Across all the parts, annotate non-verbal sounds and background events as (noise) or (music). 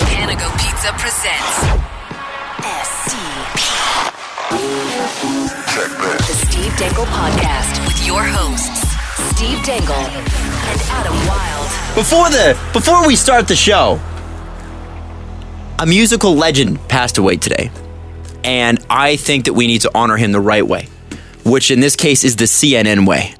Gonna Go Pizza presents SCP. The Steve Dangle Podcast with your hosts, Steve Dangle and Adam Wilde. Before the before we start the show, a musical legend passed away today. And I think that we need to honor him the right way, which in this case is the CNN way.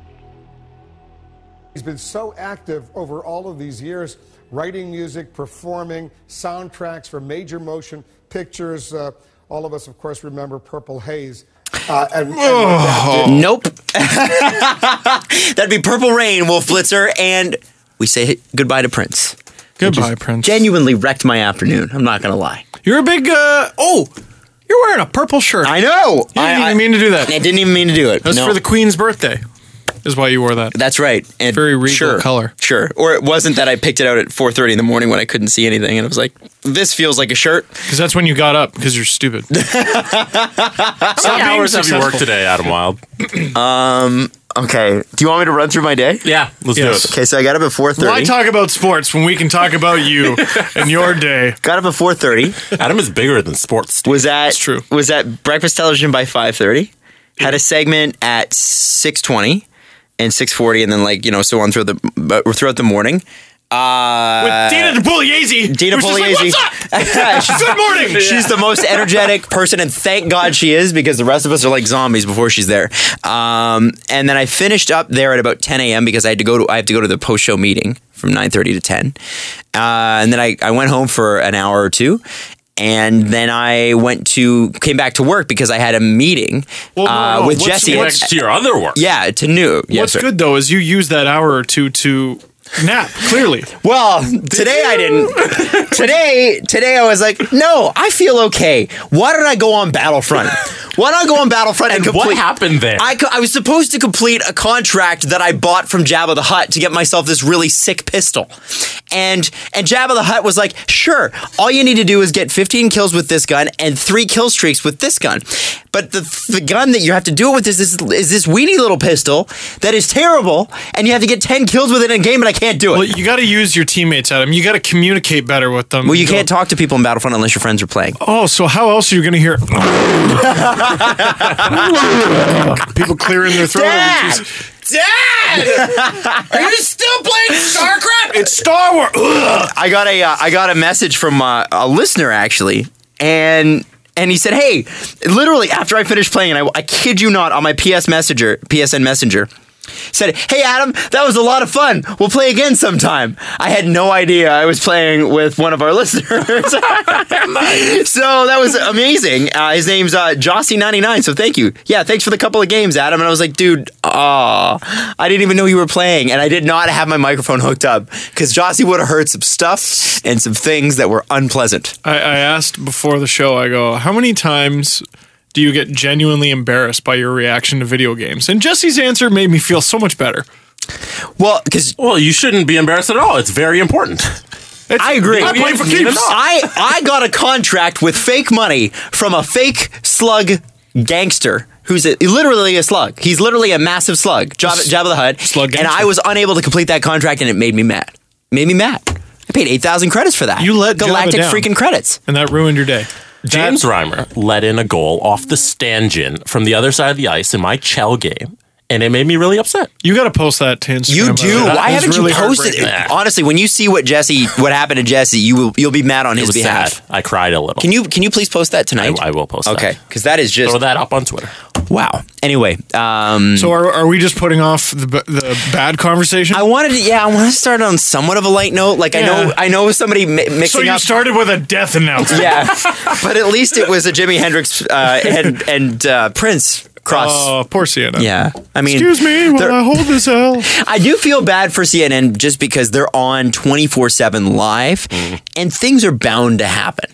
He's been so active over all of these years, writing music, performing soundtracks for major motion pictures. Uh, all of us, of course, remember Purple Haze. Uh, and, and Oh. Nope. (laughs) That'd be Purple Rain, Wolf Blitzer, and we say goodbye to Prince. Goodbye, Prince. Genuinely wrecked my afternoon. I'm not gonna lie. You're a big. Uh, oh, you're wearing a purple shirt. I know. You didn't even mean to do that. I didn't even mean to do it. That's No. for the Queen's birthday. Is why you wore that. That's right. And Very regal sure, color. Sure. Or it wasn't that I picked it out at 4:30 in the morning when I couldn't see anything and I was like, this feels like a shirt. Because that's when you got up. Because you're stupid. Stop being hours have you successful. worked today, Adam Wild? Okay. Do you want me to run through my day? Yeah, let's Yes. do it. Okay, so I got up at 4:30. Why talk about sports when we can talk about you and your day? got up at 4:30. Adam is bigger than sports. Was at true. was at breakfast television by 5:30. Had a segment at 6:20 and 6:40 and then like, you know, so on throughout the but throughout the morning. With Dina DePugliese. Dina who's just like, Pugliese. (laughs) "What's up? Good morning. She's the most energetic person, and thank God she is because the rest of us are like zombies before she's there. Um, and then I finished up there at about 10 a.m. because I had to go to I have to go to the post show meeting from 9:30 to 10, uh, and then I, I went home for an hour or two. And then I went to came back to work because I had a meeting Well, no, uh, no, with what's- Jesse. what's- Next to your other work. yeah, to new. Yeah, What's sir. good though is you use that hour or two to nap. Clearly, Well, today I didn't. today, today I was like, no, I feel okay. Why don't I go on Battlefront? Why don't I go on Battlefront and, And complete? what happened there? I, co- I was supposed to complete a contract that I bought from Jabba the Hutt to get myself this really sick pistol, and and Jabba the Hutt was like, "Sure, all you need to do is get 15 kills with this gun and three kill streaks with this gun." But the the gun that you have to do it with is this is this weenie little pistol that is terrible, and you have to get 10 kills with it in a game, and I can't do it. well, you got to use your teammates, Adam. You got to communicate better with them. Well, you Go, can't talk to people in Battlefront unless your friends are playing. Oh, so how else are you going to hear (laughs) people clearing their throat? Which is, Dad! Are you still playing StarCraft? It's Star Wars. I got a uh, I got a message from uh, a listener actually, and and he said, "Hey, literally after I finished playing, and I, I kid you not, on my PS Messenger, PSN Messenger." Said, "Hey Adam, that was a lot of fun. We'll play again sometime." I had no idea I was playing with one of our (laughs) listeners. So that was amazing. Uh, his name's uh, Jossie99. So thank you. Yeah, thanks for the couple of games, Adam. And I was like, dude, aw, I didn't even know you were playing. And I did not have my microphone hooked up because Jossie would have heard some stuff and some things that were unpleasant. I, I asked before the show, I go, how many times do you get genuinely embarrassed by your reaction to video games? And Jesse's answer made me feel so much better. Well, because Well, you shouldn't be embarrassed at all. It's very important. It's- I agree. I play for Need keeps. to know. I, I got a contract with fake money from a fake slug gangster who's a, literally a slug. He's literally a massive slug, Jabba, Jabba the Hutt. Slug and gangster. I was unable to complete that contract, and it made me mad. Made me mad. I paid eight thousand credits for that. You let Jabba galactic down. freaking credits. And that ruined your day. James Reimer let in a goal off the stanchion from the other side of the ice in my Chell game, and it made me really upset. You got to post that to Instagram. You by the do. way. That Why is haven't really you posted heartbreaking. it? Honestly, when you see what Jesse, what happened to Jesse, you will you'll be mad on It his was behalf. sad. I cried a little. Can you can you please post that I, tonight? I will post that. Okay, because that is just Throw that up on Twitter. wow. Anyway, um, So are, are we just putting off the, b- the bad conversation? I wanted to, yeah, I want to start on somewhat of a light note. Like I know, Yeah. I know somebody mi- so mixing you up. started with a death announcement. yeah, but at least it was a Jimi Hendrix uh, and and uh, Prince cross. Oh, poor Sienna. yeah, I mean, Excuse me while they're- I hold this L. I do feel bad for CNN just because they're on 24 7 live Mm. and things are bound to happen.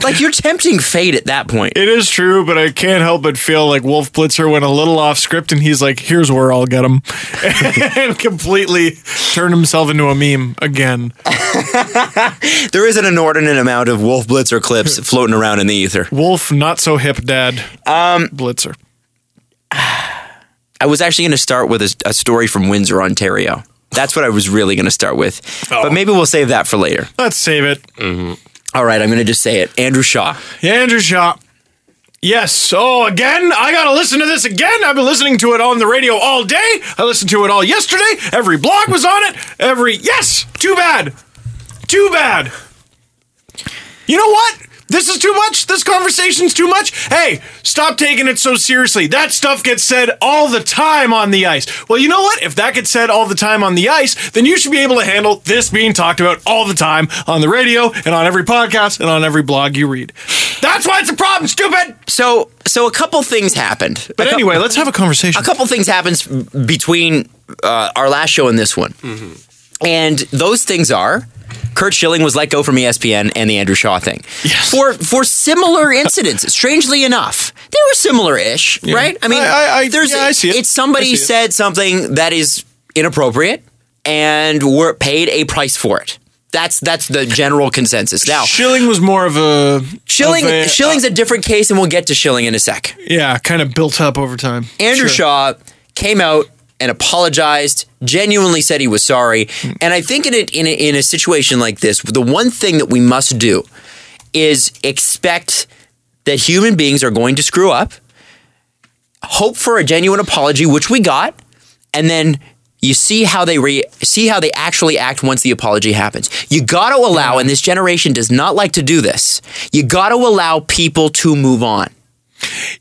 Like you're tempting fate at that point. It is true, but I can't help but feel like Wolf Blitzer went a little off script and he's like, here's where I'll get him. (laughs) and completely turned himself into a meme again. There is an inordinate amount of Wolf Blitzer (laughs) clips floating around in the ether. Wolf, not so hip dad. Um, Blitzer. I was actually going to start with a, a story from Windsor, Ontario. Oh. That's what I was really going to start with. But maybe we'll save that for later. Let's save it. All right, I'm going to just say it. Andrew Shaw. Andrew Shaw. Yes. Oh, again, I got to listen to this again. I've been listening to it on the radio all day. I listened to it all yesterday. Every blog was on it. Every. Yes! Too bad. Too bad. You know what? This is too much. This conversation's too much. Hey, stop taking it so seriously. That stuff gets said all the time on the ice. Well, you know what? If that gets said all the time on the ice, then you should be able to handle this being talked about all the time on the radio and on every podcast and on every blog you read. That's why it's a problem, stupid. So, so a couple things happened. But anyway, let's have a conversation. a couple things happens between uh, our last show and this one, Mm-hmm. and those things are. Kurt Schilling was let go from E ESPN and the Andrew Shaw thing Yes. for for similar incidents. Strangely enough, they were similar-ish, right? I mean, I- I- I- yeah, I see it. It's somebody I see it. said something that is inappropriate, and were paid a price for it. That's that's the general consensus. Now, Schilling was more of a Schilling of a- uh, Schilling's a different case, and we'll get to Schilling in a sec. yeah, kind of built up over time. Andrew Shaw Sure. came out and apologized, genuinely said he was sorry. And I think in a, in a, in a situation like this, the one thing that we must do is expect that human beings are going to screw up, hope for a genuine apology, which we got, and then you see how they re- see how they actually act once the apology happens. You got to allow, and this generation does not like to do this. You got to allow people to move on.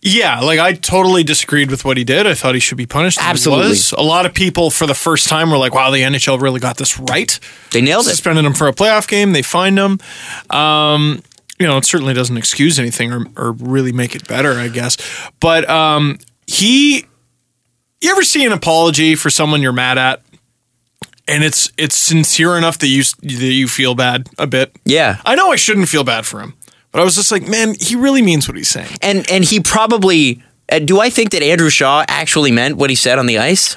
Yeah, like I totally disagreed with what he did. I thought he should be punished. and he Absolutely. was. A lot of people for the first time were like, wow, the NHL really got this right. They nailed it. Suspended him for a playoff game. They fined him. Um, you know, it certainly doesn't excuse anything or, or really make it better, I guess. But um, he, you ever see an apology for someone you're mad at? And it's it's sincere enough that you s- that you feel bad a bit. Yeah. I know I shouldn't feel bad for him, but I was just like, man, he really means what he's saying. and and he probably uh, do I think that Andrew Shaw actually meant what he said on the ice?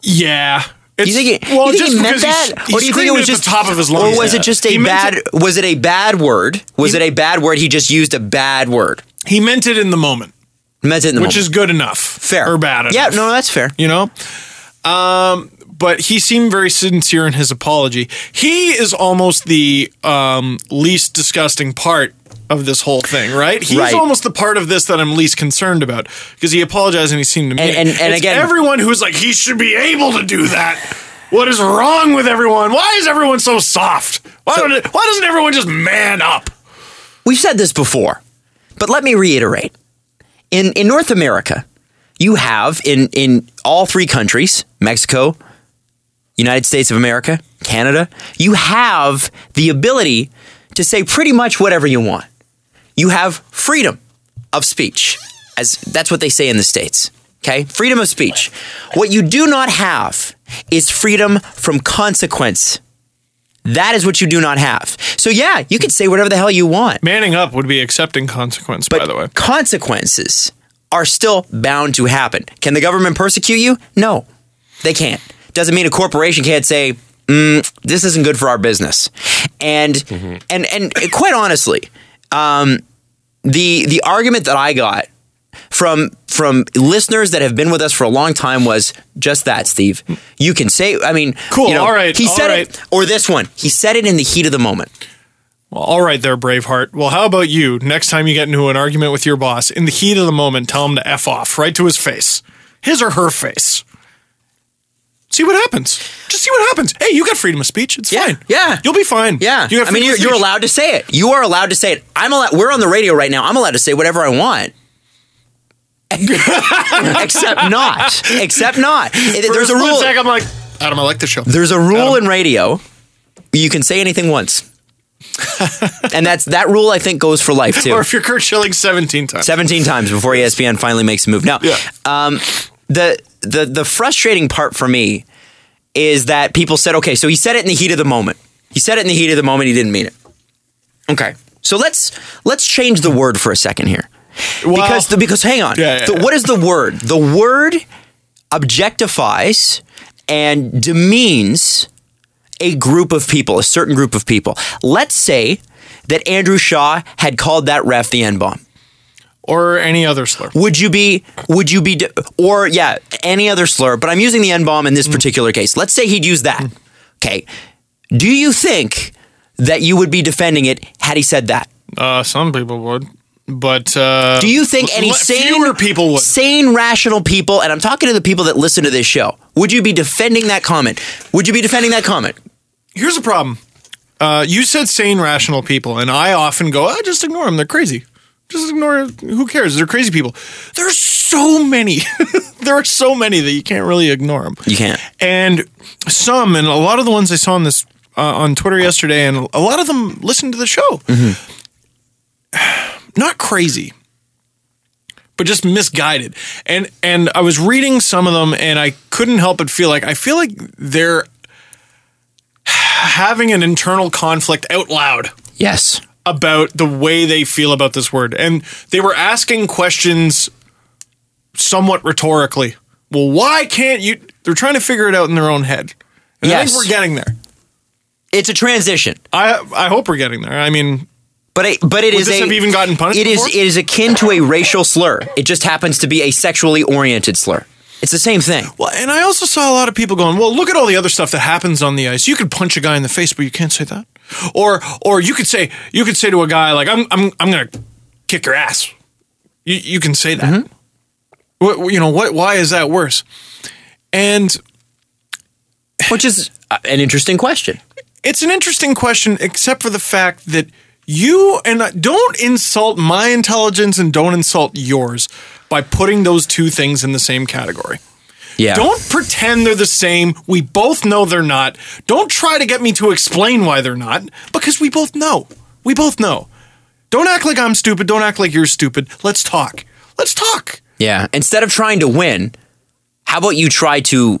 Yeah. It's, Do you think he, do you think he meant he's- that, he or do you think screamed it was at the just top of his lungs? or was it just a He meant bad? it- was it a bad word? Was it a bad word? He just used a bad word. he meant it in the moment, Meant it in the moment. which is good enough, fair or bad enough. Yeah, no, that's fair. you know. Um, but he seemed very sincere in his apology. He is almost the um, least disgusting part of this whole thing, right? He's Right. almost the part of this that I'm least concerned about because he apologized and he seemed to me. And- and- and It's again- everyone who's like he should be able to do that. What is wrong with everyone? Why is everyone so soft? Why, So- don't, why doesn't everyone just man up? We've said this before, but let me reiterate. In in North America, you have in in all three countries, Mexico, United States of America, Canada, you have the ability to say pretty much whatever you want. You have freedom of speech. As that's what they say in the states. Okay? Freedom of speech. What you do not have is freedom from consequence. That is what you do not have. So yeah, you can say whatever the hell you want Manning up would be accepting consequence, by the way. consequences are still bound to happen. Can the government persecute you? No, they can't. Doesn't mean a corporation can't say, mm, "This isn't good for our business," and Mm-hmm. and and quite honestly, um, the the argument that I got from from listeners that have been with us for a long time was just that, Steve. You can say, I mean, Cool, you know, all right, He all said right. it, or this one. He said it in the heat of the moment. Well, all right there, Braveheart. Well, how about you? Next time you get into an argument with your boss, in the heat of the moment, tell him to F off right to his face. His or her face. See what happens. Just see what happens. Hey, you got freedom of speech. It's Yeah, fine. yeah. You'll be fine. Yeah, You got I mean, freedom you're, of you're speech. allowed to say it. You are allowed to say it. I'm allowed. We're on the radio right now. I'm allowed to say whatever I want. (laughs) except not. Except not. It- For There's a split rule. sec, I'm like, Adam, I like the show. There's a rule in radio. You can say anything (laughs) once, and that's that rule. I think goes for life too. Or if you're Kurt Schilling 17 times. 17 times before E ESPN finally makes a move. Now, Yeah. um, the the the frustrating part for me is that people said, okay, so he said it in the heat of the moment. He said it in the heat of the moment. He didn't mean it. Okay, so let's let's change the word for a second here, because the, because hang on, Yeah, yeah, The- yeah. what is the word? The word objectifies and demeans a group of people, a certain group of people. Let's say that Andrew Shaw had called that ref the N bomb Or any other slur. would you be would you be d- or yeah any other slur but i'm Mm. using the n-bomb in this particular case let's say he'd use that okay do you think that you would be defending it had he said that? Uh, some people would, but uh, Do you think any le- sane fewer people would? sane rational people and I'm talking to the people that listen to this show. Would you be defending that comment? Would you be defending that comment? Here's the problem. Uh, you said sane, rational people, and I often go, oh, just ignore them. They're crazy. Just ignore. Who cares? They're crazy people. There's so many. (laughs) there are so many that you can't really ignore them. You can't. and some and a lot of the ones I saw on this uh, on Twitter yesterday, and a lot of them listened to the show. Mm-hmm. (sighs) Not crazy, but just misguided. And and I was reading some of them, and I couldn't help but feel like I feel like they're having an internal conflict out loud Yes. about the way they feel about this word. And they were asking questions somewhat rhetorically. Well, why can't you? They're trying to figure it out in their own head. And I Yes. think we're getting there. It's a transition. I I hope we're getting there. I mean, But it, but it Would is this a, have even gotten punished It is before? it is akin to a racial slur. It just happens to be a sexually oriented slur. It's the same thing. well, and I also saw a lot of people going, "Well, look at all the other stuff that happens on the ice. You could punch a guy in the face, but you can't say that." Or or you could say you could say to a guy like, "I'm I'm I'm gonna kick your ass." You you can say that. What you know what? Why is that worse? And Which is uh, an interesting question. it's an interesting question, except for the fact that you and I, don't insult my intelligence and don't insult yours by putting those two things in the same category. Yeah. Don't pretend they're the same. We both know they're not. Don't try to get me to explain why they're not because we both know. We both know. Don't act like I'm stupid. Don't act like you're stupid. Let's talk. Let's talk. Yeah. Instead of trying to win, how about you try to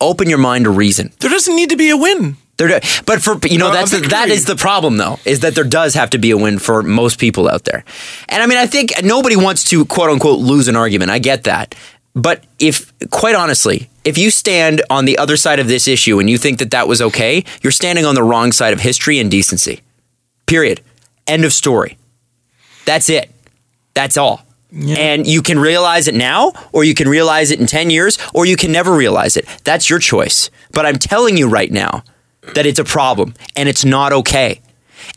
open your mind to reason? There doesn't need to be a win. There, do- but for you know No, that's the, Uh, I'm that agreeing. is the problem though is that there does have to be a win for most people out there, and I mean I think nobody wants to quote unquote lose an argument. I get that, but if quite honestly, if you stand on the other side of this issue and you think that that was okay, you're standing on the wrong side of history and decency. Period. End of story. That's it. That's all. And you can realize it now, or you can realize it in 10 years, or you can never realize it. That's your choice. But I'm telling you right now that it's a problem and it's not okay.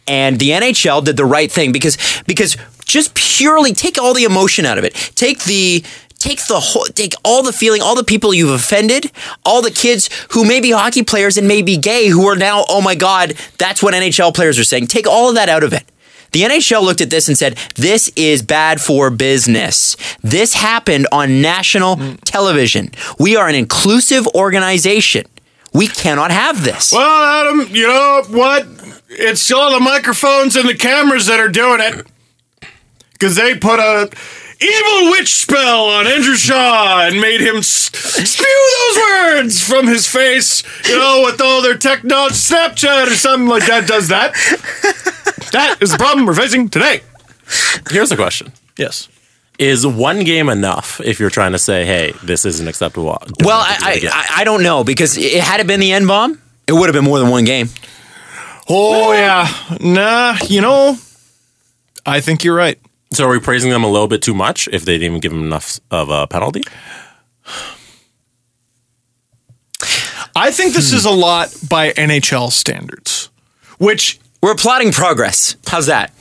And the NHL did the right thing because because just purely take all the emotion out of it. Take the take the whole take all the feeling, all the people you've offended, all the kids who may be hockey players and may be gay who are now, oh my God, that's what NHL players are saying. Take all of that out of it. The NHL looked at this and said, This is bad for business. This happened on national Mm. television. We are an inclusive organization. We cannot have this. Well, Adam, you know what? It's all the microphones and the cameras that are doing it. Because they put a evil witch spell on Andrew Shaw and made him s- spew those words from his face, you know, with all their techno Snapchat or something like that does that. That is the problem we're facing today. Here's a question. Yes. Is one game enough if you're trying to say, hey, this isn't acceptable? Don't Well, have to do it I, I, again? I, I don't know because it, had it been the end bomb, it would have been more than one game. Oh, yeah. Nah, you know, I think you're right. So are we praising them a little bit too much if they didn't even give them enough of a penalty? I think this is a lot by NHL standards, which We're applauding progress. How's that?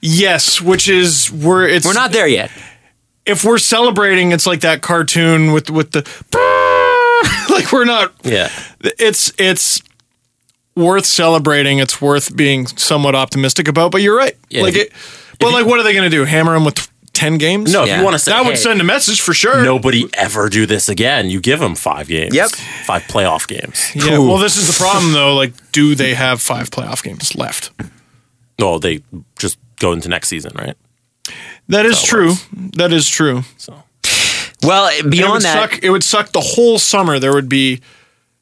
Yes, which is we're it's We're not there yet. if we're celebrating, it's like that cartoon with with the (laughs) like we're not. Yeah. It's it's worth celebrating. It's worth being somewhat optimistic about. But you're right. Yeah, like if you- it, but like what are they going to do? Hammer him with ten games? No, if Yeah. you want to say that would "Hey, send a message for sure. nobody ever do this again. You give them five games. Yep. Five playoff games. Yeah. Well, this is the problem though. Like, do they have five playoff games left? Well, they just go into next season, right? That is how it true. works. That is true. So Well, it beyond would that, suck. It would suck the whole summer. There would be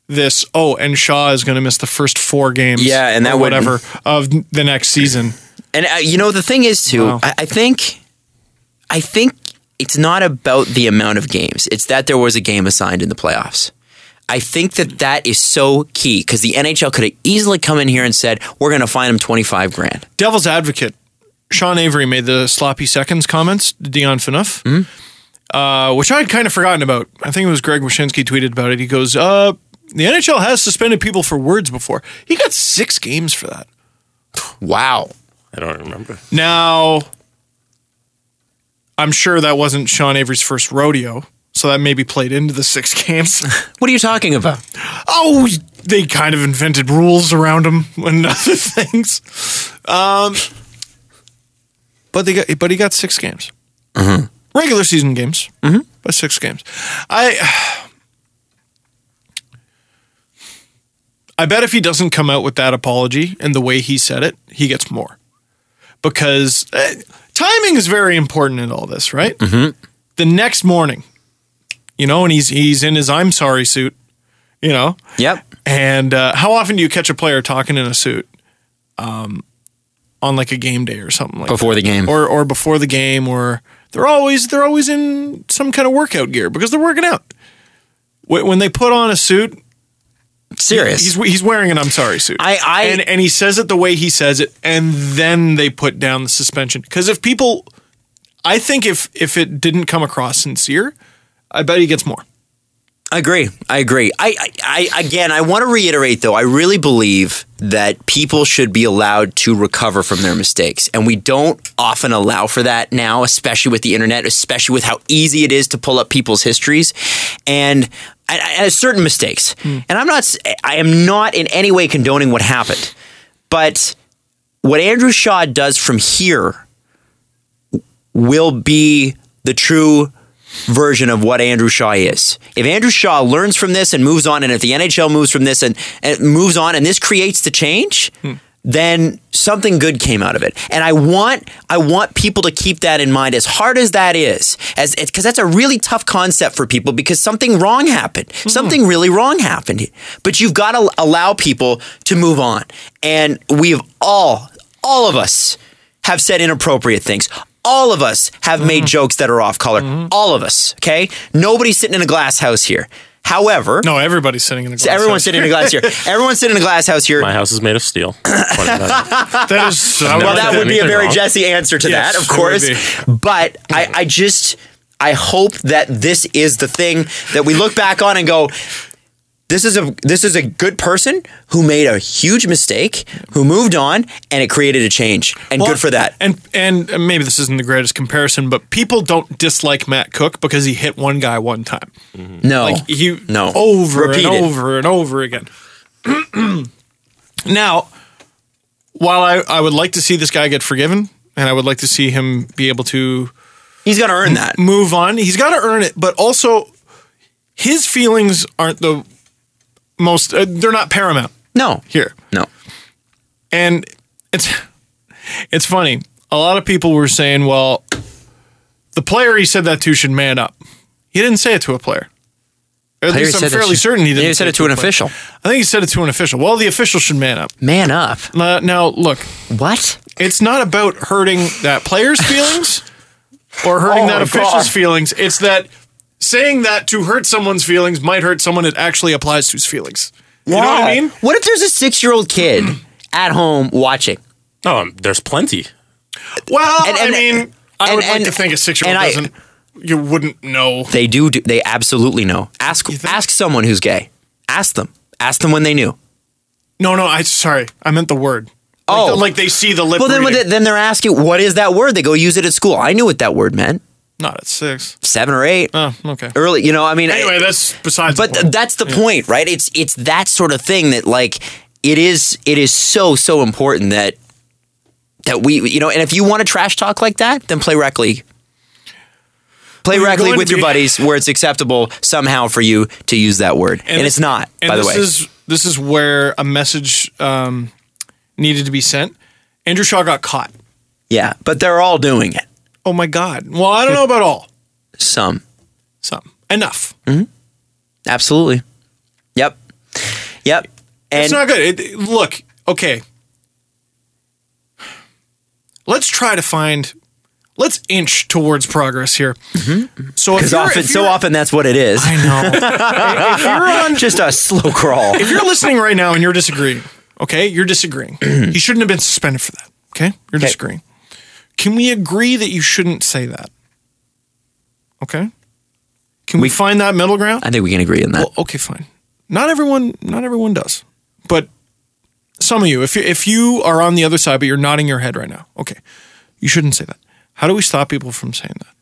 this. Oh, and Shaw is going to miss the first four games. Yeah, and or that would- whatever of the next season. and uh, you know the thing is too. Wow. I, I think, I think it's not about the amount of games. It's that there was a game assigned in the playoffs. I think that that is so key because the NHL could have easily come in here and said, "We're going to fine him twenty five grand." Devil's advocate. Sean Avery made the sloppy seconds comments to Dion Phaneuf, Hmm? uh, which I had kind of forgotten about. I think it was Greg Wyshynski tweeted about it. He goes, uh, The NHL has suspended people for words before. He got six games for that. Wow. I don't remember. Now, I'm sure that wasn't Sean Avery's first rodeo, so that maybe played into the six (laughs) games. What are you talking about? oh, they kind of invented rules around him and (laughs) other things. Um, but they got, but he got six games, regular season games, mm-hmm. but six games. I. (sighs) I bet if he doesn't come out with that apology and the way he said it, he gets more because uh, timing is very important in all this, right? The next morning, you know, and he's he's in his I'm sorry suit, you know. Yep. And uh, how often do you catch a player talking in a suit, um, on like a game day or something like Before that? the game. or or before the game, or they're always they're always in some kind of workout gear because they're working out. Wh- When they put on a suit, Serious. he's he's wearing an I'm sorry suit. I- I- and, and he says it the way he says it, and then they put down the suspension because if people, I think if if it didn't come across sincere, I bet he gets more. I agree. I agree. I, I, I again, I want to reiterate though. I really believe that people should be allowed to recover from their mistakes, and we don't often allow for that now, especially with the internet, especially with how easy it is to pull up people's histories, and. And, and certain mistakes, and I'm not. s- I am not in any way condoning what happened, but what Andrew Shaw does from here will be the true version of what Andrew Shaw is. If Andrew Shaw learns from this and moves on, and if the NHL moves from this and, and moves on, and this creates the change, then something good came out of it. And I want I want people to keep that in mind, as hard as that is, as because that's a really tough concept for people because something wrong happened, something really wrong happened. But you've got to allow people to move on, and we've all all of us have said inappropriate things. All of us have Mm-hmm. made jokes that are off color. All of us, okay? Nobody's sitting in a glass house here. However, No, everybody's sitting in a glass. everyone's house. sitting in a glass here. (laughs) Everyone's sitting in a glass house here. My house is made of steel. Funny (laughs) That is, I well, would- that would be a anything very wrong. Jesse answer to Yes, that, of it would course. be. But I, I just, I hope that this is the thing that we look back on and go, this is a this is a good person who made a huge mistake, who moved on, and it created a change. And Well, good for that. And and maybe this isn't the greatest comparison, but people don't dislike Matt Cook because he hit one guy one time. No, Like he Oh, no over Repeat it. and over and over again. (clears throat) now, while I, I would like to see this guy get forgiven, and I would like to see him be able to He's gonna earn that. move on, he's got to earn it. But also, his feelings aren't the most; uh, they're not paramount No, here. no. And it's it's funny. A lot of people were saying, "Well, the player he said that to should man up." He didn't say it to a player. Or at Player least said I'm that fairly should- certain he didn't. he said say it to an a player. official. I think he said it to an official. Well, the official should man up. Man up. Uh, now, look, What? it's not about hurting (laughs) that player's feelings or hurting Oh that my official's God. feelings. It's that saying that to hurt someone's feelings might hurt someone it actually applies to's feelings. You know what I mean? What if there's a six year old kid at home watching? enough. um, there's plenty. Well, And- and- I mean, I and- would like and- to think a six year and old I- doesn't. you wouldn't know. They do, do. They absolutely know. Ask ask someone who's gay. Ask them. Ask them when they knew. No, no. I sorry. I meant the word. Like Oh. the- like they see the lip. Well, then when reading. they, then they're asking, what is that word? They go use it at school. I knew what that word meant. not at six. Seven or eight. Oh, okay. Early. You know. I mean. Anyway, that's besides. but the point. that's the point, right? It's it's that sort of thing that like it is it is so so important that that we you know, and if you want to trash talk like that, then play rec league. Play you're rec league going with to your be- buddies where it's acceptable somehow for you to use that word, and, this- it's not. and by the this way, is this is where a message um, needed to be sent. Andrew Shaw got caught. yeah, but they're all doing it. Oh my God. Well, I don't know about all. Some Some enough. absolutely, yep, yep, and it's not good. It- It, look, okay. Let's try to find. Let's inch towards progress here. So if because you're, Mm-hmm. often if so you're- often that's what it is. (laughs) I know. if you're on Just a slow crawl. if you're listening right now and you're disagreeing, okay, (clears throat) you're disagreeing. he shouldn't have been suspended for that. Okay, you're disagreeing. Can we agree that you shouldn't say that? Okay. Can we, find that middle ground? I think we can agree on that. okay, fine. Not everyone, not everyone does, but some of you, if you if you are on the other side, but you're nodding your head right now, okay, you shouldn't say that. How do we stop people from saying that?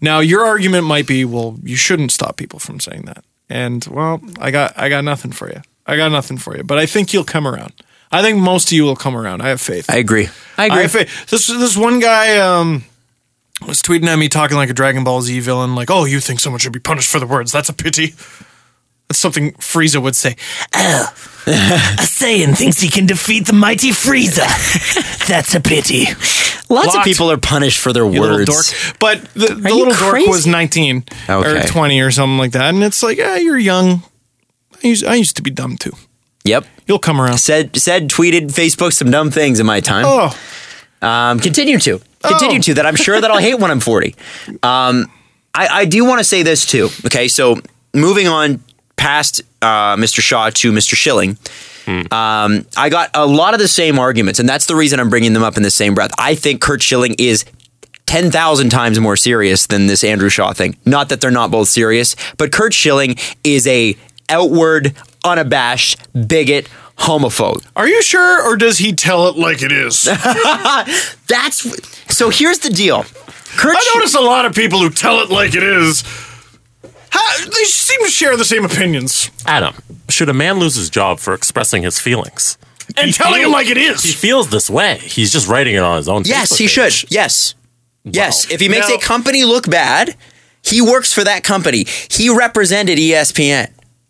Now, your argument might be, well, you shouldn't stop people from saying that, and well, I got I got nothing for you. I got nothing for you, but I think you'll come around. I think most of you will come around. I have faith. I agree. I agree. I have faith. This this one guy um, was tweeting at me talking like a Dragon Ball Z villain, like, "Oh, you think someone should be punished for the words? That's a pity." That's something Frieza would say. Oh, a Saiyan thinks he can defeat the mighty Frieza. (laughs) That's a pity. Lots, of Lots. people are punished for their You words. little dork. But the, the you little dork crazy? was 19 Okay. or 20 or something like that, and it's like, ah, you're young. I used, I used to be dumb too. Yep. You'll come around. Said said tweeted Facebook some dumb things in my time. Oh, Um, continue to continue Oh. to that. I'm sure that I'll hate when I'm 40. Um, I, I do want to say this too. Okay, so moving on past uh, Mr. Shaw to Mr. Schilling, um, I got a lot of the same arguments, and that's the reason I'm bringing them up in the same breath. I think Kurt Schilling is. 10,000 times more serious than this Andrew Shaw thing. Not that they're not both serious, but Kurt Schilling is a outward, unabashed bigot, homophobe. are you sure, or does he tell it like it is? I That's so here's the deal. Kurt Schilling- notice a lot of people who tell it like it is. How, they seem to share the same opinions Adam, should a man lose his job for expressing his feelings? and telling it feels- like it He is. feels this way. He's just writing it on his own. Yes, Facebook he page. should. Yes. Yes. If he makes Now- a company look bad, he works for that company. He represented E ESPN.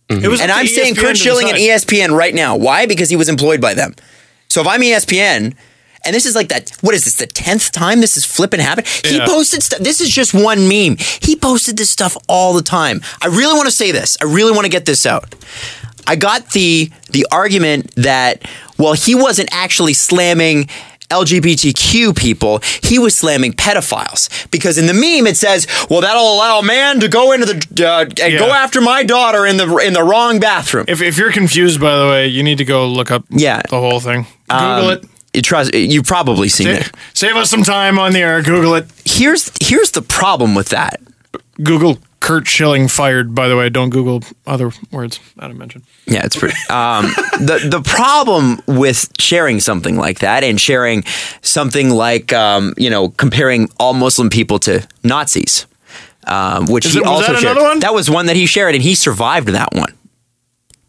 It was E And up to I'm saying ESPN Kurt to Schilling and E decide. ESPN right now. Why? Because he was employed by them. So if I'm E ESPN, and this is like that, what is this, the 10th time this is flipping happened? He Yeah. posted stuff. This is just one meme. He posted this stuff all the time. I really want to say this. I really want to get this out. I got the the argument that well he wasn't actually slamming LGBTQ people, he was slamming pedophiles because in the meme it says, "Well, that'll allow a man to go into the uh, and go Yeah. after my daughter in the in the wrong bathroom." If, if you're confused, by the way, you need to go look up Yeah. Um, the whole thing. Google it. You trust you've probably seen Sa- it. Save us some time on the air. Google it. Here's here's the problem with that. Google Kurt Schilling fired. By the way, don't Google other words Adam mentioned. Yeah, it's pretty. Um, the the problem with sharing something like that and sharing something like um, you know comparing all Muslim people to Nazis, um, which Is he it- was also that shared. another one? That was one that he shared, and he survived that one.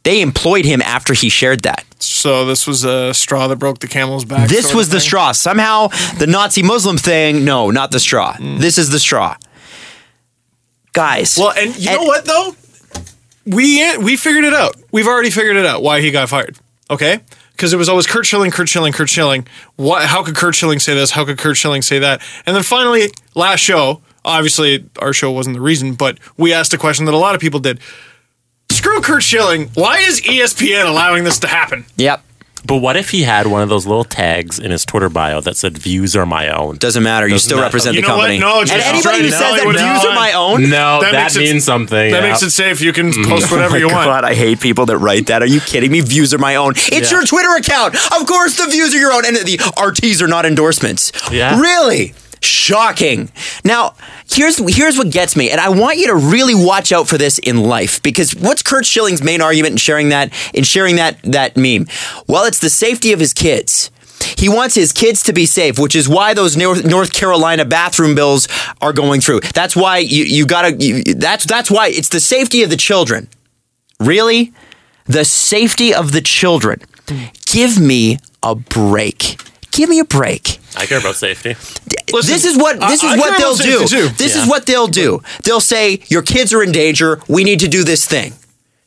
They employed him after he shared that. So this was a straw that broke the camel's back. This sort was of the thing. straw. Somehow the Nazi Muslim thing. No, not the straw. This is the straw, guys. Well, and you know what though, we we figured it out. We've already figured it out why he got fired. Okay, because it was always Kurt Schilling, Kurt Schilling, Kurt Schilling. What? How could Kurt Schilling say this? How could Kurt Schilling say that? And then finally, last show. Obviously, our show wasn't the reason, but we asked a question that a lot of people did. Screw Kurt Schilling. Why is E ESPN allowing this to happen? Yep. But what if he had one of those little tags in his Twitter bio that said "Views are my own"? Doesn't matter. You still matter. represent You the know what? company. No, just and anybody trying who to says tell that you what's views on. are my own. No, Oh, that, makes it- means something. That yeah. makes it safe. You (laughs) can post whatever you want. Oh God, I hate people that write that. Are you kidding me? Views are my own. It's Yeah. your Twitter account. Of course, the views are your own, and the RTs are not endorsements. Yeah. Really? Shocking. Now, here's here's what gets me, and I want you to really watch out for this in life because what's Kurt Schilling's main argument in sharing that in sharing that that meme? Well, it's the safety of his kids. He wants his kids to be safe, which is why those North, North Carolina bathroom bills are going through. That's why you, you gotta. You, that's that's why it's the safety of the children. Really? The safety of the children. Give me a break. Give me a break. I care about safety. Listen, this is what this I- is I what care they'll about do. safety, too. This Yeah. is what they'll do. They'll say your kids are in danger. We need to do this thing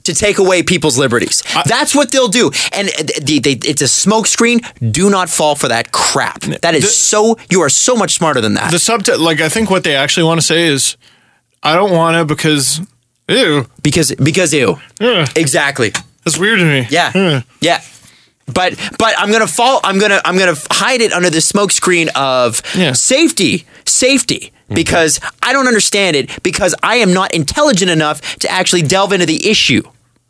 to take away people's liberties. That's what they'll do. And uh, the, they, it's a smokescreen. Do not fall for that crap. That is The- so you are so much smarter than that. the subtext, like I think what they actually want to say is, I don't want to because, ew, because because you Yeah. Exactly. that's weird to me. Yeah. Yeah. But but I'm gonna fall. I'm gonna I'm gonna hide it under the smokescreen of Yeah. Mm-hmm. safety, safety, because I don't understand it because I am not intelligent enough to actually delve into the issue,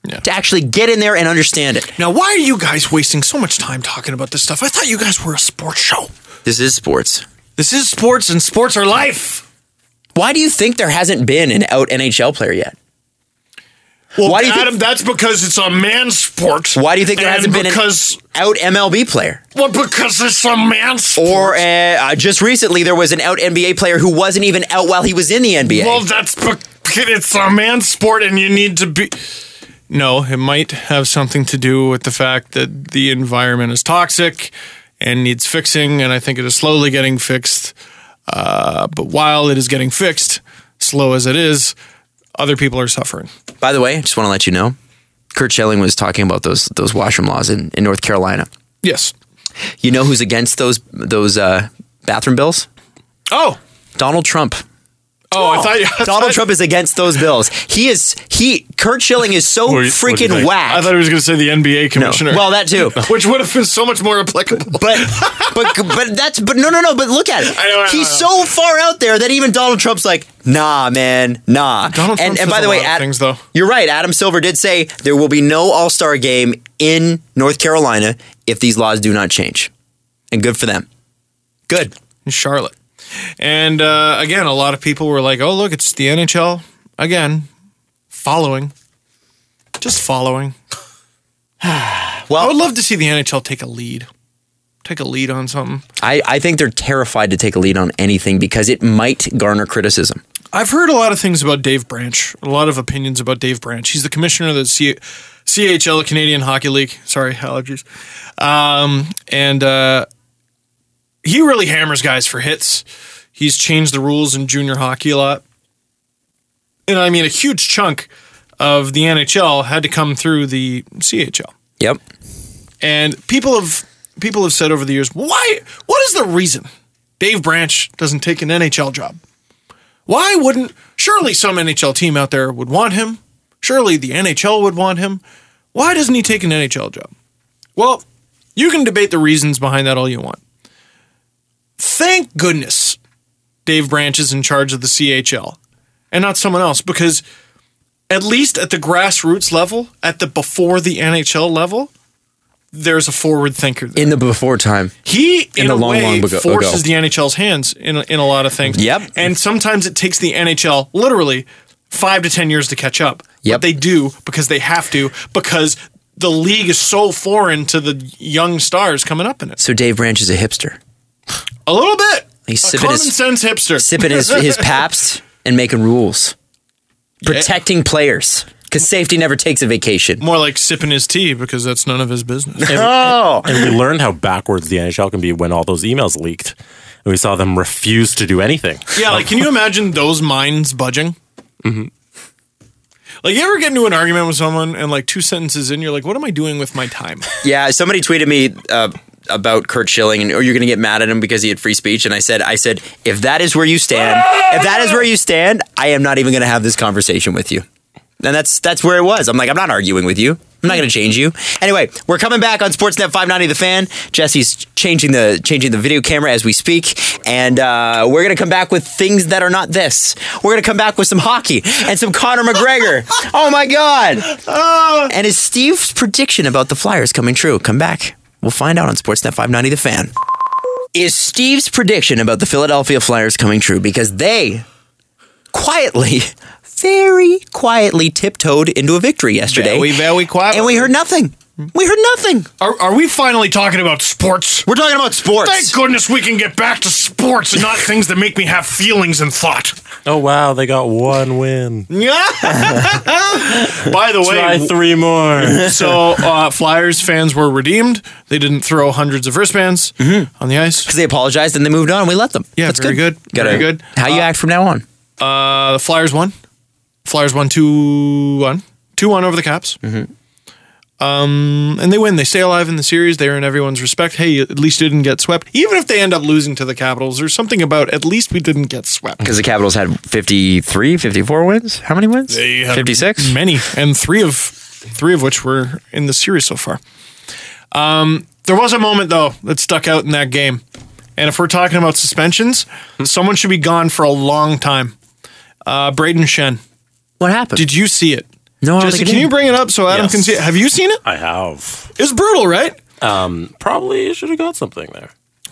Yeah. to actually get in there and understand it. Now, why are you guys wasting so much time talking about this stuff? I thought you guys were a sports show. This is sports. This is sports, and sports are life. Why do you think there hasn't been an out NHL player yet? Well, Why do you think- Adam, that's because it's a man sport. Why do you think there And hasn't been because, an out MLB player? well, because it's a man sport. Or uh, uh, just recently, there was an out NBA player who wasn't even out while he was in the NBA. Well, that's bec- it's a man sport, and you need to be. No, it might have something to do with the fact that the environment is toxic and needs fixing, and I think it is slowly getting fixed. Uh, but while it is getting fixed, slow as it is, other people are suffering. By the way, I just want to let you know, Kurt Schilling was talking about those those washroom laws in, in North Carolina. Yes. You know who's against those those uh, bathroom bills? Oh. Donald Trump. Oh, I thought you. I Donald thought- Trump is against those bills. He is he. Kurt Schilling is so What do you- what do you freaking think? whack. I thought he was going to say the NBA No. commissioner. Well, that too. (laughs) (laughs) which would have been so much more applicable. But but (laughs) but that's but no no no. But look at it. I know, I know, He's I so know. far out there that even Donald Trump's like, nah, man, nah. Donald Trump and and by says the a way, lot of Ad- things, though. you're right. Adam Silver did say there will be no All Star game in North Carolina if these laws do not change. And good for them. Good. in Charlotte. And uh, again, a lot of people were like, "Oh, look, it's the NHL again, following, just following." (sighs) I would Well, love to see the NHL take a lead, take a lead on something. I, I think they're terrified to take a lead on anything because it might garner criticism. I've heard a lot of things about Dave Branch, a lot of opinions about Dave Branch. He's the commissioner of the C- CHL, the Canadian Hockey League. Sorry, (laughs) allergies. Um, and uh, he really hammers guys for hits. He's changed the rules in junior hockey a lot. And I mean, a huge chunk of the NHL had to come through the CHL. Yep. And people have people have said over the years, why? What is the reason Dave Branch doesn't take an NHL job? Why wouldn't? Surely some NHL team out there would want him. Surely the NHL would want him. Why doesn't he take an NHL job? Well, you can debate the reasons behind that all you want. Thank goodness Dave Branch is in charge of the CHL and not someone else because at least at the grassroots level, at the before the NHL level, there's a forward thinker there. In the before time. He, in, In the a long, way, long ago- ago. forces the NHL's hands in in a lot of things. Yep. And sometimes it takes the NHL literally five to ten years to catch up. Yep. But they do because they have to because the league is so foreign to the young stars coming up in it. So Dave Branch is a hipster. A little bit. He's a sipping common his- sense hipster. Sipping his, (laughs) his paps and making rules. Protecting players. Because safety never takes a vacation. More like sipping his tea because that's none of his business. Oh. and we learned how backwards the NHL can be when all those emails leaked. And we saw them refuse to do anything. (laughs) Yeah, like can you imagine those minds budging? Mm-hmm. Like you ever get into an argument with someone and like two sentences in, you're like, "What am I doing with my time?" Yeah, somebody tweeted me uh, about Kurt Schilling, and are you going to get mad at him because he had free speech? And I said, I said, if that is where you stand, if that is where you stand, I am not even going to have this conversation with you. And that's that's where it was. I'm like, I'm not arguing with you. I'm not going to change you. Anyway, we're coming back on Sportsnet 590 The Fan. Jesse's changing the changing the video camera as we speak, and uh, we're going to come back with things that are not this. We're going to come back with some hockey and some Conor McGregor. oh my God! And is Steve's prediction about the Flyers coming true? Come back. We'll find out on Sportsnet 590 The Fan. Is Steve's prediction about the Philadelphia Flyers coming true? Because they quietly, very quietly tiptoed into a victory yesterday. Very, very quietly. And we heard nothing. We heard nothing. Are, are we finally talking about sports? We're talking about sports. Thank goodness we can get back to sports and not things that make me have feelings and thought. Oh, wow, they got one win. By the Try way, three more. so uh, Flyers fans were redeemed. They didn't throw hundreds of wristbands Mm-hmm. on the ice. Because (laughs) they apologized and they moved on. We let them. Yeah, That's very good. Gotta- Very good. How you act from now on. Uh, the Flyers won. Flyers won 2 1. 2 1 over the Caps. Mm-hmm. Um, and they win. They stay alive in the series. They earn everyone's respect. Hey, at least you didn't get swept. Even if they end up losing to the Capitals, there's something about at least we didn't get swept. Because the Capitals had 53, 54 wins. How many wins? They had Many, and three of three of which were in the series so far. Um, there was a moment though that stuck out in that game, and if we're talking about suspensions, someone should be gone for a long time. Uh, Braden Shen, What happened? did you see it? No, I don't Jesse, think I can you did. bring it up so Adam Yes. can see it? Have you seen it? I have. It's brutal, right? Probably should have got something there.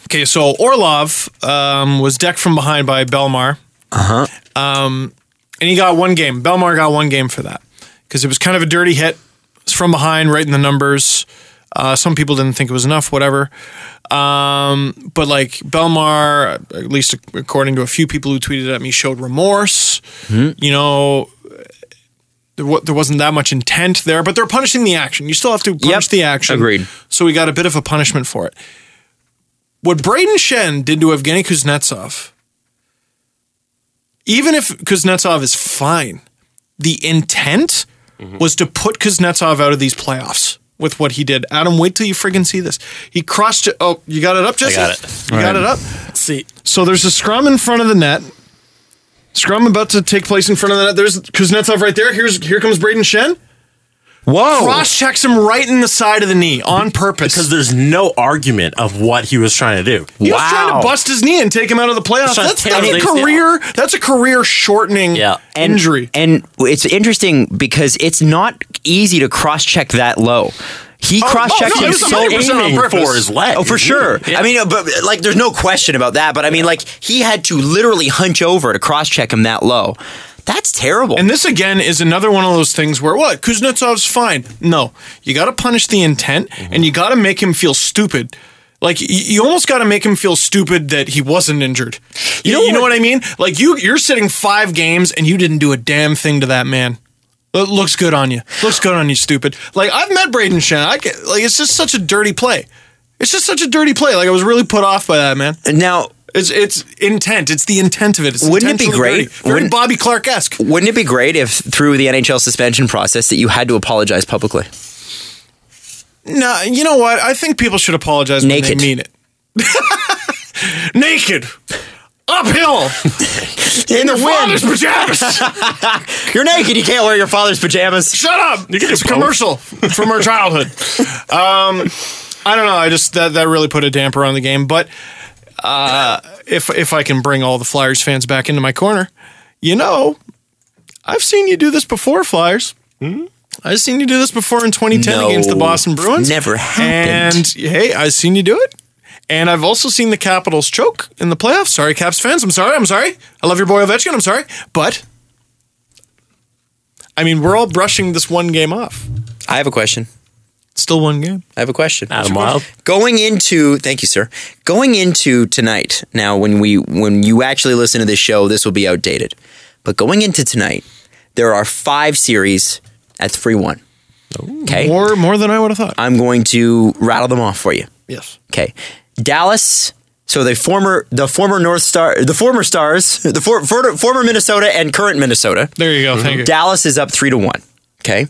Okay, so Orlov um, was decked from behind by Belmar. Uh huh. Um, and he got one game. Belmar got one game for that. because it was kind of a dirty hit. It's from behind, right in the numbers. Uh, some people didn't think it was enough, whatever. Um, but like Belmar, at least according to a few people who tweeted at me, showed remorse. You know, there, wa- there wasn't that much intent there, but they're punishing the action. You still have to punch the action. agreed. So we got a bit of a punishment for it. What Braden Shen did to Evgeny Kuznetsov, even if Kuznetsov is fine, the intent Mm-hmm. was to put Kuznetsov out of these playoffs with what he did. Adam, wait till you friggin' see this. He crushed it. Oh, you got it up, Jesse? got it. You got it up? See, So there's a scrum in front of the net. Scrum about to take place in front of the net. There's Kuznetsov right there. Here's here comes Braden Shen. Oh. Whoa. Cross checks him right in the side of the knee on purpose. because there's no argument of what he was trying to do. he was trying to bust his knee and take him out of the playoffs. trying to That's, tear that's a things down. career. That's a career shortening Yeah. and, injury. And it's interesting because it's not easy to cross check that low. He cross checked Oh, no, him it was so 100% on aiming purpose. for his leg. Oh, for sure. I mean, uh, but like, there's no question about that. But I mean, like, he had to literally hunch over to cross check him that low. That's terrible. And this again is another one of those things where what Kuznetsov's fine. No, you got to punish the intent, Mm-hmm. and you got to make him feel stupid. Like y- you almost got to make him feel stupid that he wasn't injured. You know, you know what I mean? Like you, you're sitting five games and you didn't do a damn thing to that man. Lo- looks good on you. Looks good on you, stupid. Like I've met Braden Shen. I get, like it's just such a dirty play. It's just such a dirty play. Like I was really put off by that man. now, It's it's intent. It's the intent of it. It's Wouldn't it be intentionally great? dirty. Very Wouldn't- Bobby Clark esque. wouldn't it be great if through the NHL suspension process that you had to apologize publicly? No, you know what? I think people should apologize when Naked. they mean it. (laughs) Naked, uphill in the father's pajamas. Shut You're naked. You can't wear your father's pajamas. up! it's a commercial (laughs) from our childhood. Um, I don't know. I just that that really put a damper on the game. But uh, if if I can bring all the Flyers fans back into my corner, you know, I've seen you do this before, Flyers. I've seen you do this before in 2010 against the No. Boston Bruins. Never happened. And hey, I've seen you do it. And I've also seen the Capitals choke in the playoffs. Sorry, Caps fans. I'm sorry. I'm sorry. I love your boy Ovechkin. I'm sorry. But, I mean, we're all brushing this one game off. I have a question. It's still one game. I have a question. Adam Wild. Going into thank you, sir. Going into tonight. Now, when we when you actually listen to this show, this will be outdated. But going into tonight, there are five series at three one. Okay, More, more than I would have thought. I'm going to rattle them off for you. yes. Okay, Dallas. So the former the former North Star the former Stars the for, for, former Minnesota and current Minnesota. There you go. Mm-hmm. Thank you. Dallas is up three to one. Okay,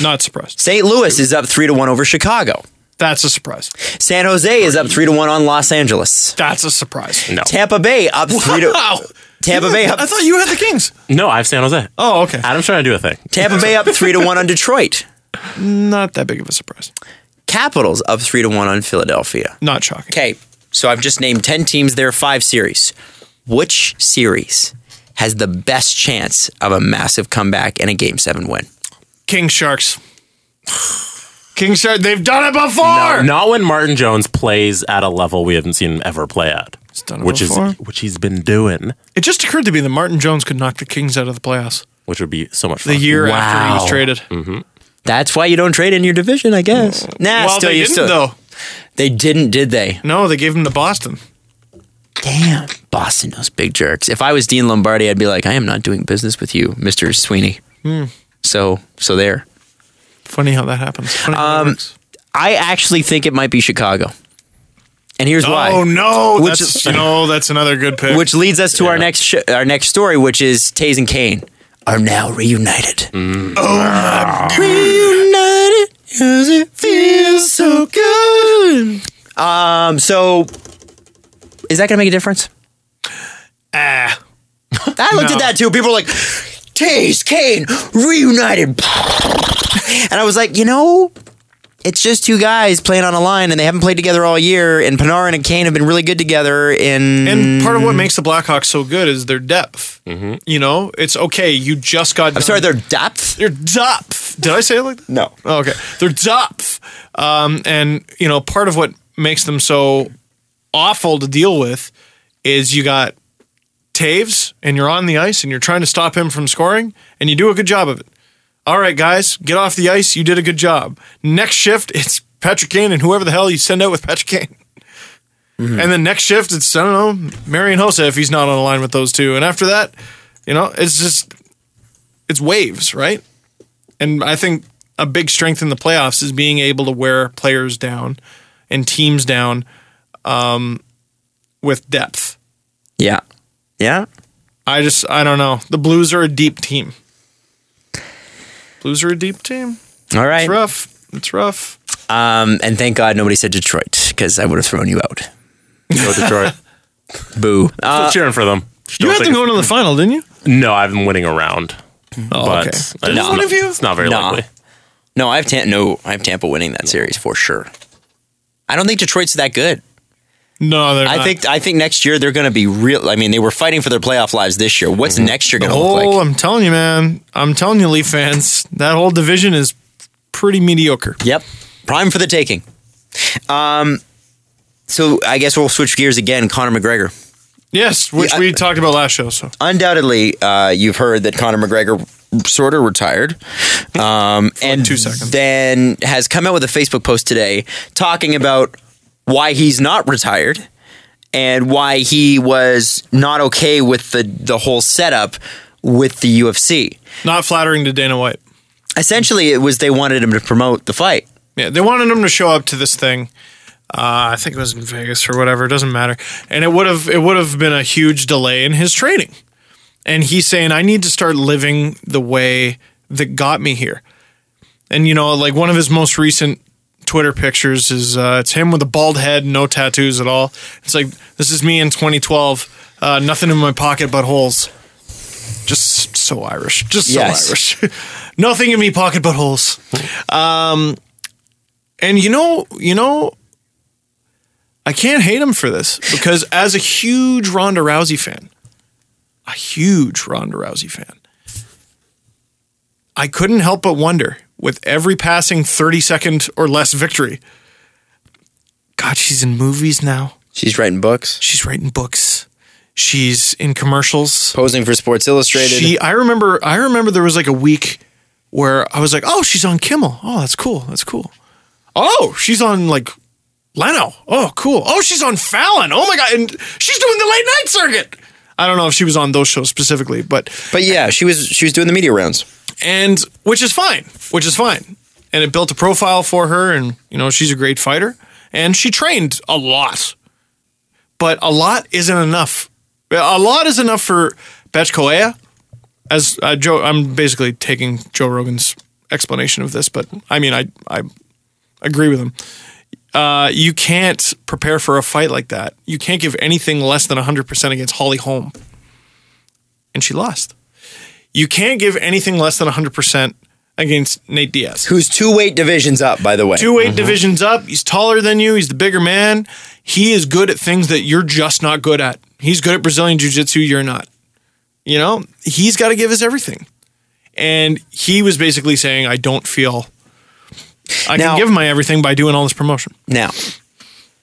Not surprised. St. Louis is up three to one over Chicago. That's a surprise. San Jose is up three to one on Los Angeles. That's a surprise. No, Tampa Bay up three to Wow. Tampa Bay up I thought you had the Kings. no, I have San Jose. Oh, okay. Adam's trying to do a thing. Tampa Bay up three to one on Detroit. Not that big of a surprise. Capitals up three to one on Philadelphia. Not shocking. Okay, so I've just named ten teams. There are five series. Which series has the best chance of a massive comeback and a Game Seven win? King Sharks. King Sharks. They've done it before. Not when Martin Jones plays at a level we haven't seen him ever play at, done it which before. is which he's been doing, It just occurred to me that Martin Jones could knock the Kings out of the playoffs which would be so much fun. the year after he Wow. Mm. was traded. That's why you don't trade in your division, I guess. Nah, well, still they you didn't still though. they didn't, did they? No, they gave him to Boston. Damn, Boston, those big jerks. If I was Dean Lombardi, I'd be like, I am not doing business with you, Mister Sweeney. Hmm. So, so there. Funny how that happens. Funny how Um, that works. I actually think it might be Chicago. And here's (laughs) Oh why. no, Which that's is- you know that's another good pick. Which leads us to our next sh- our next story, which is Tays and Kane are now reunited. Mm. Ah. Oh, reunited, 'cause it feels so good. Um, so is that gonna make a difference? ah, (laughs) I looked No. at that too. People were like, Taze, Kane, reunited. and I was like, you know, it's just two guys playing on a line and they haven't played together all year. And Panarin and Kane have been really good together in. and part of mm. what makes the Blackhawks so good is their depth. You know, it's okay. You just got. Mm-hmm. I'm sorry, their depth? their depth. Did I say it like that? No. Oh, okay. They're depth. Um, and, you know, part of what makes them so awful to deal with is you got Taves and you're on the ice and you're trying to stop him from scoring and you do a good job of it. all right, guys, get off the ice. You did a good job. Next shift, (laughs) it's Patrick Kane and whoever the hell you send out with Patrick Kane. And then next shift, it's, I don't know, Marion Hossa if he's not on a line with those two. And after that, you know, it's just, it's waves, right? And I think a big strength in the playoffs is being able to wear players down and teams down um, with depth. Yeah. Yeah. I just I don't know. The Blues are a deep team. Blues are a deep team. All right. It's rough. It's rough. Um, and thank God nobody said Detroit because I would have thrown you out. Go (laughs) Detroit. Boo. Uh, Still cheering for them. Still You had them think- going to the final, didn't you? No, I've been winning a round. Oh, but okay. it's Did not- one of you? It's not very Nah. likely. no, I have Tam- no, I have Tampa winning that series for sure. I don't think Detroit's that good. No, they're I not. think I think next year they're going to be real. I mean, they were fighting for their playoff lives this year. What's next year going to look Oh, like? I'm telling you, man. I'm telling you, Leaf fans, that whole division is pretty mediocre. Yep, prime for the taking. Um, so I guess we'll switch gears again. Conor McGregor. Yes, which Yeah, I- we talked about last show. So undoubtedly, uh, you've heard that Conor McGregor sort of retired, um, and two seconds. then has come out with a Facebook post today talking about why he's not retired and why he was not okay with the the whole setup with the UFC. not flattering to Dana White. Essentially, it was they wanted him to promote the fight. Yeah, they wanted him to show up to this thing. Uh, I think it was in Vegas or whatever. It doesn't matter. And it would have it would have been a huge delay in his training. And he's saying, "I need to start living the way that got me here." And you know, like one of his most recent Twitter pictures is uh, it's him with a bald head, no tattoos at all. It's like this is me in 2012, uh, nothing in my pocket but holes. Just so Irish, just Yes. so Irish. (laughs) nothing in me pocket but holes. Um, and you know, you know, I can't hate him for this because as a huge Ronda Rousey fan, a huge Ronda Rousey fan. I couldn't help but wonder with every passing 30 second or less victory. God, she's in movies now. She's writing books, She's writing books. She's in commercials. posing for Sports Illustrated. She I remember I remember there was like a week where I was like, "Oh, she's on Kimmel. Oh, that's cool. That's cool." "Oh, she's on like Leno. Oh, cool. Oh, she's on Fallon. Oh my god, and she's doing the late night circuit." I don't know if she was on those shows specifically, but but yeah, she was she was doing the media rounds. and which is fine, which is fine. And it built a profile for her, and you know she's a great fighter, and she trained a lot. But a lot isn't enough. A lot is enough for Betch Koea. As uh, Joe, I'm basically taking Joe Rogan's explanation of this, but I mean, I I agree with him. Uh, you can't prepare for a fight like that. You can't give anything less than 100% against Holly Holm. And she lost you can't give anything less than 100% against Nate Diaz. Who's two weight divisions up, by the way? Two weight divisions up. He's taller than you. He's the bigger man. He is good at things that you're just not good at. He's good at Brazilian Jiu Jitsu. You're not. You know, he's got to give his everything. And he was basically saying, I don't feel I Now- can give my everything by doing all this promotion. Now,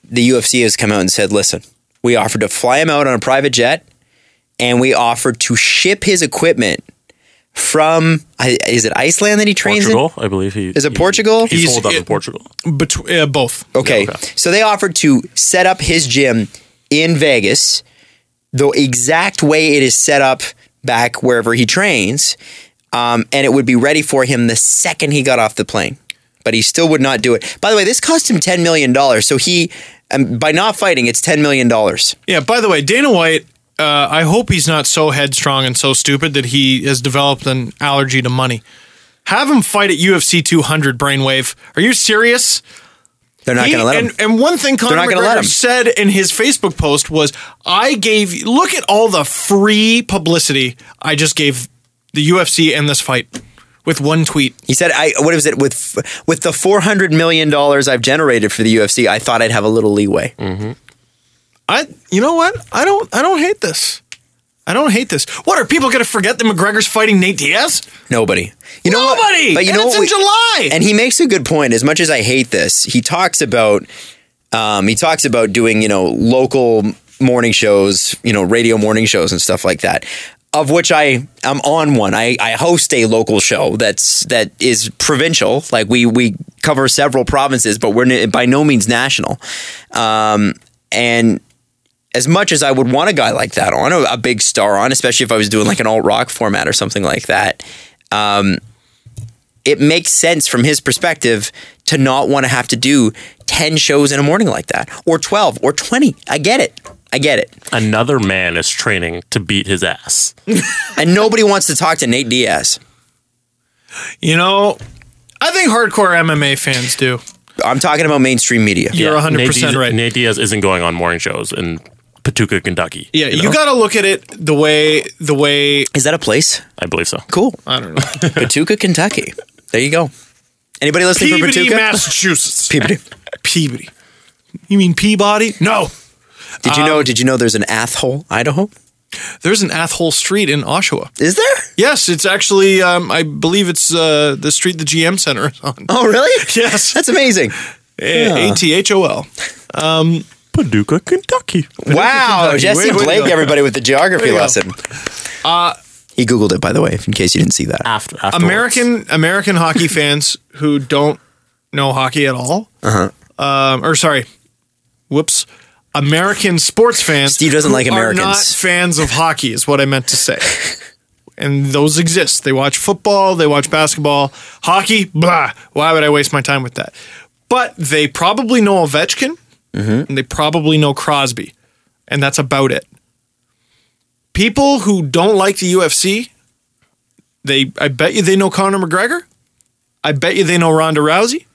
the UFC has come out and said, listen, we offered to fly him out on a private jet and we offered to ship his equipment from, I- is it Iceland that he trains Portugal, I believe he Is it he- Portugal? He's, He's- holed up in it- Portugal. Betw- uh, both. in? Okay. So they offered to set up his gym in Vegas the exact way it is set up back wherever he trains. Um, and it would be ready for him the second he got off the plane. But he still would not do it. By the way, this cost him $10 million. So he, um, by not fighting, it's $10 million. Yeah, by the way, Dana White, uh, I hope he's not so headstrong and so stupid that he has developed an allergy to money. Have him fight at UFC 200, Brainwave. Are you serious? They're not He- going to let him. And, and one thing Conor not gonna let McGregor him. said in his Facebook post was, "I gave look at all the free publicity I just gave the UFC and this fight with one tweet." He said, "I what was it with with the four hundred million dollars I've generated for the UFC? I thought I'd have a little leeway. I you know what? I don't I don't hate this. I don't hate this. What are people going to forget that McGregor's fighting Nate Diaz? Nobody, you know, what- Nobody! But you And know, it's what in July! and he makes a good point. As much as I hate this, he talks about um, he talks about doing you know local morning shows, you know, radio morning shows and stuff like that. of which I am on one. I, I host a local show that's that is provincial. Like we we cover several provinces, but we're n- by no means national. Um, and as much as I would want a guy like that on, a, a big star on, especially if I was doing like an alt rock format or something like that, um, it makes sense from his perspective to not want to have to do 10 shows in a morning like that or 12 or 20. I get it. I get it. Another man is training to beat his ass. and nobody wants to talk to Nate Diaz. You know, I think hardcore MMA fans do. I'm talking about mainstream media. You're 100% right. Nate Diaz isn't going on morning shows in Patuca, Kentucky. Yeah, you, know? got to look at it the way the way Is that a place? I believe so. Cool. I don't know. (laughs) Patuca, Kentucky. There you go. Anybody listening for Peabody, Patuca? Massachusetts. Peabody. Peabody. You mean Peabody? No. Did you Um, know? Did you know there's an Athole, Idaho? There's an Athole Street in Oshawa. Is there? Yes, it's actually um, I believe it's uh, the street the GM Center is on. Oh, really? (laughs) Yes. That's (laughs) amazing. A T H O L. Paducah, Kentucky. Oh, Wow, Kentucky. Jesse Way- way to Blake, go. everybody with the geography you go. Uh, lesson. he googled it, by the way, in case you didn't see that. After, afterwards. American American hockey (laughs) fans who don't know hockey at all. Uh-huh. Um, or sorry, whoops. American sports fans. Steve doesn't who like are Americans. not fans of hockey is what I meant (laughs) to say. and those exist. They watch football. They watch basketball. Hockey. Blah. Why would I waste my time with that? But they probably know Ovechkin. Mm-hmm. And they probably know Crosby. And that's about it. People who don't like the UFC they I bet you they know Conor McGregor. I bet you they know Ronda Rousey.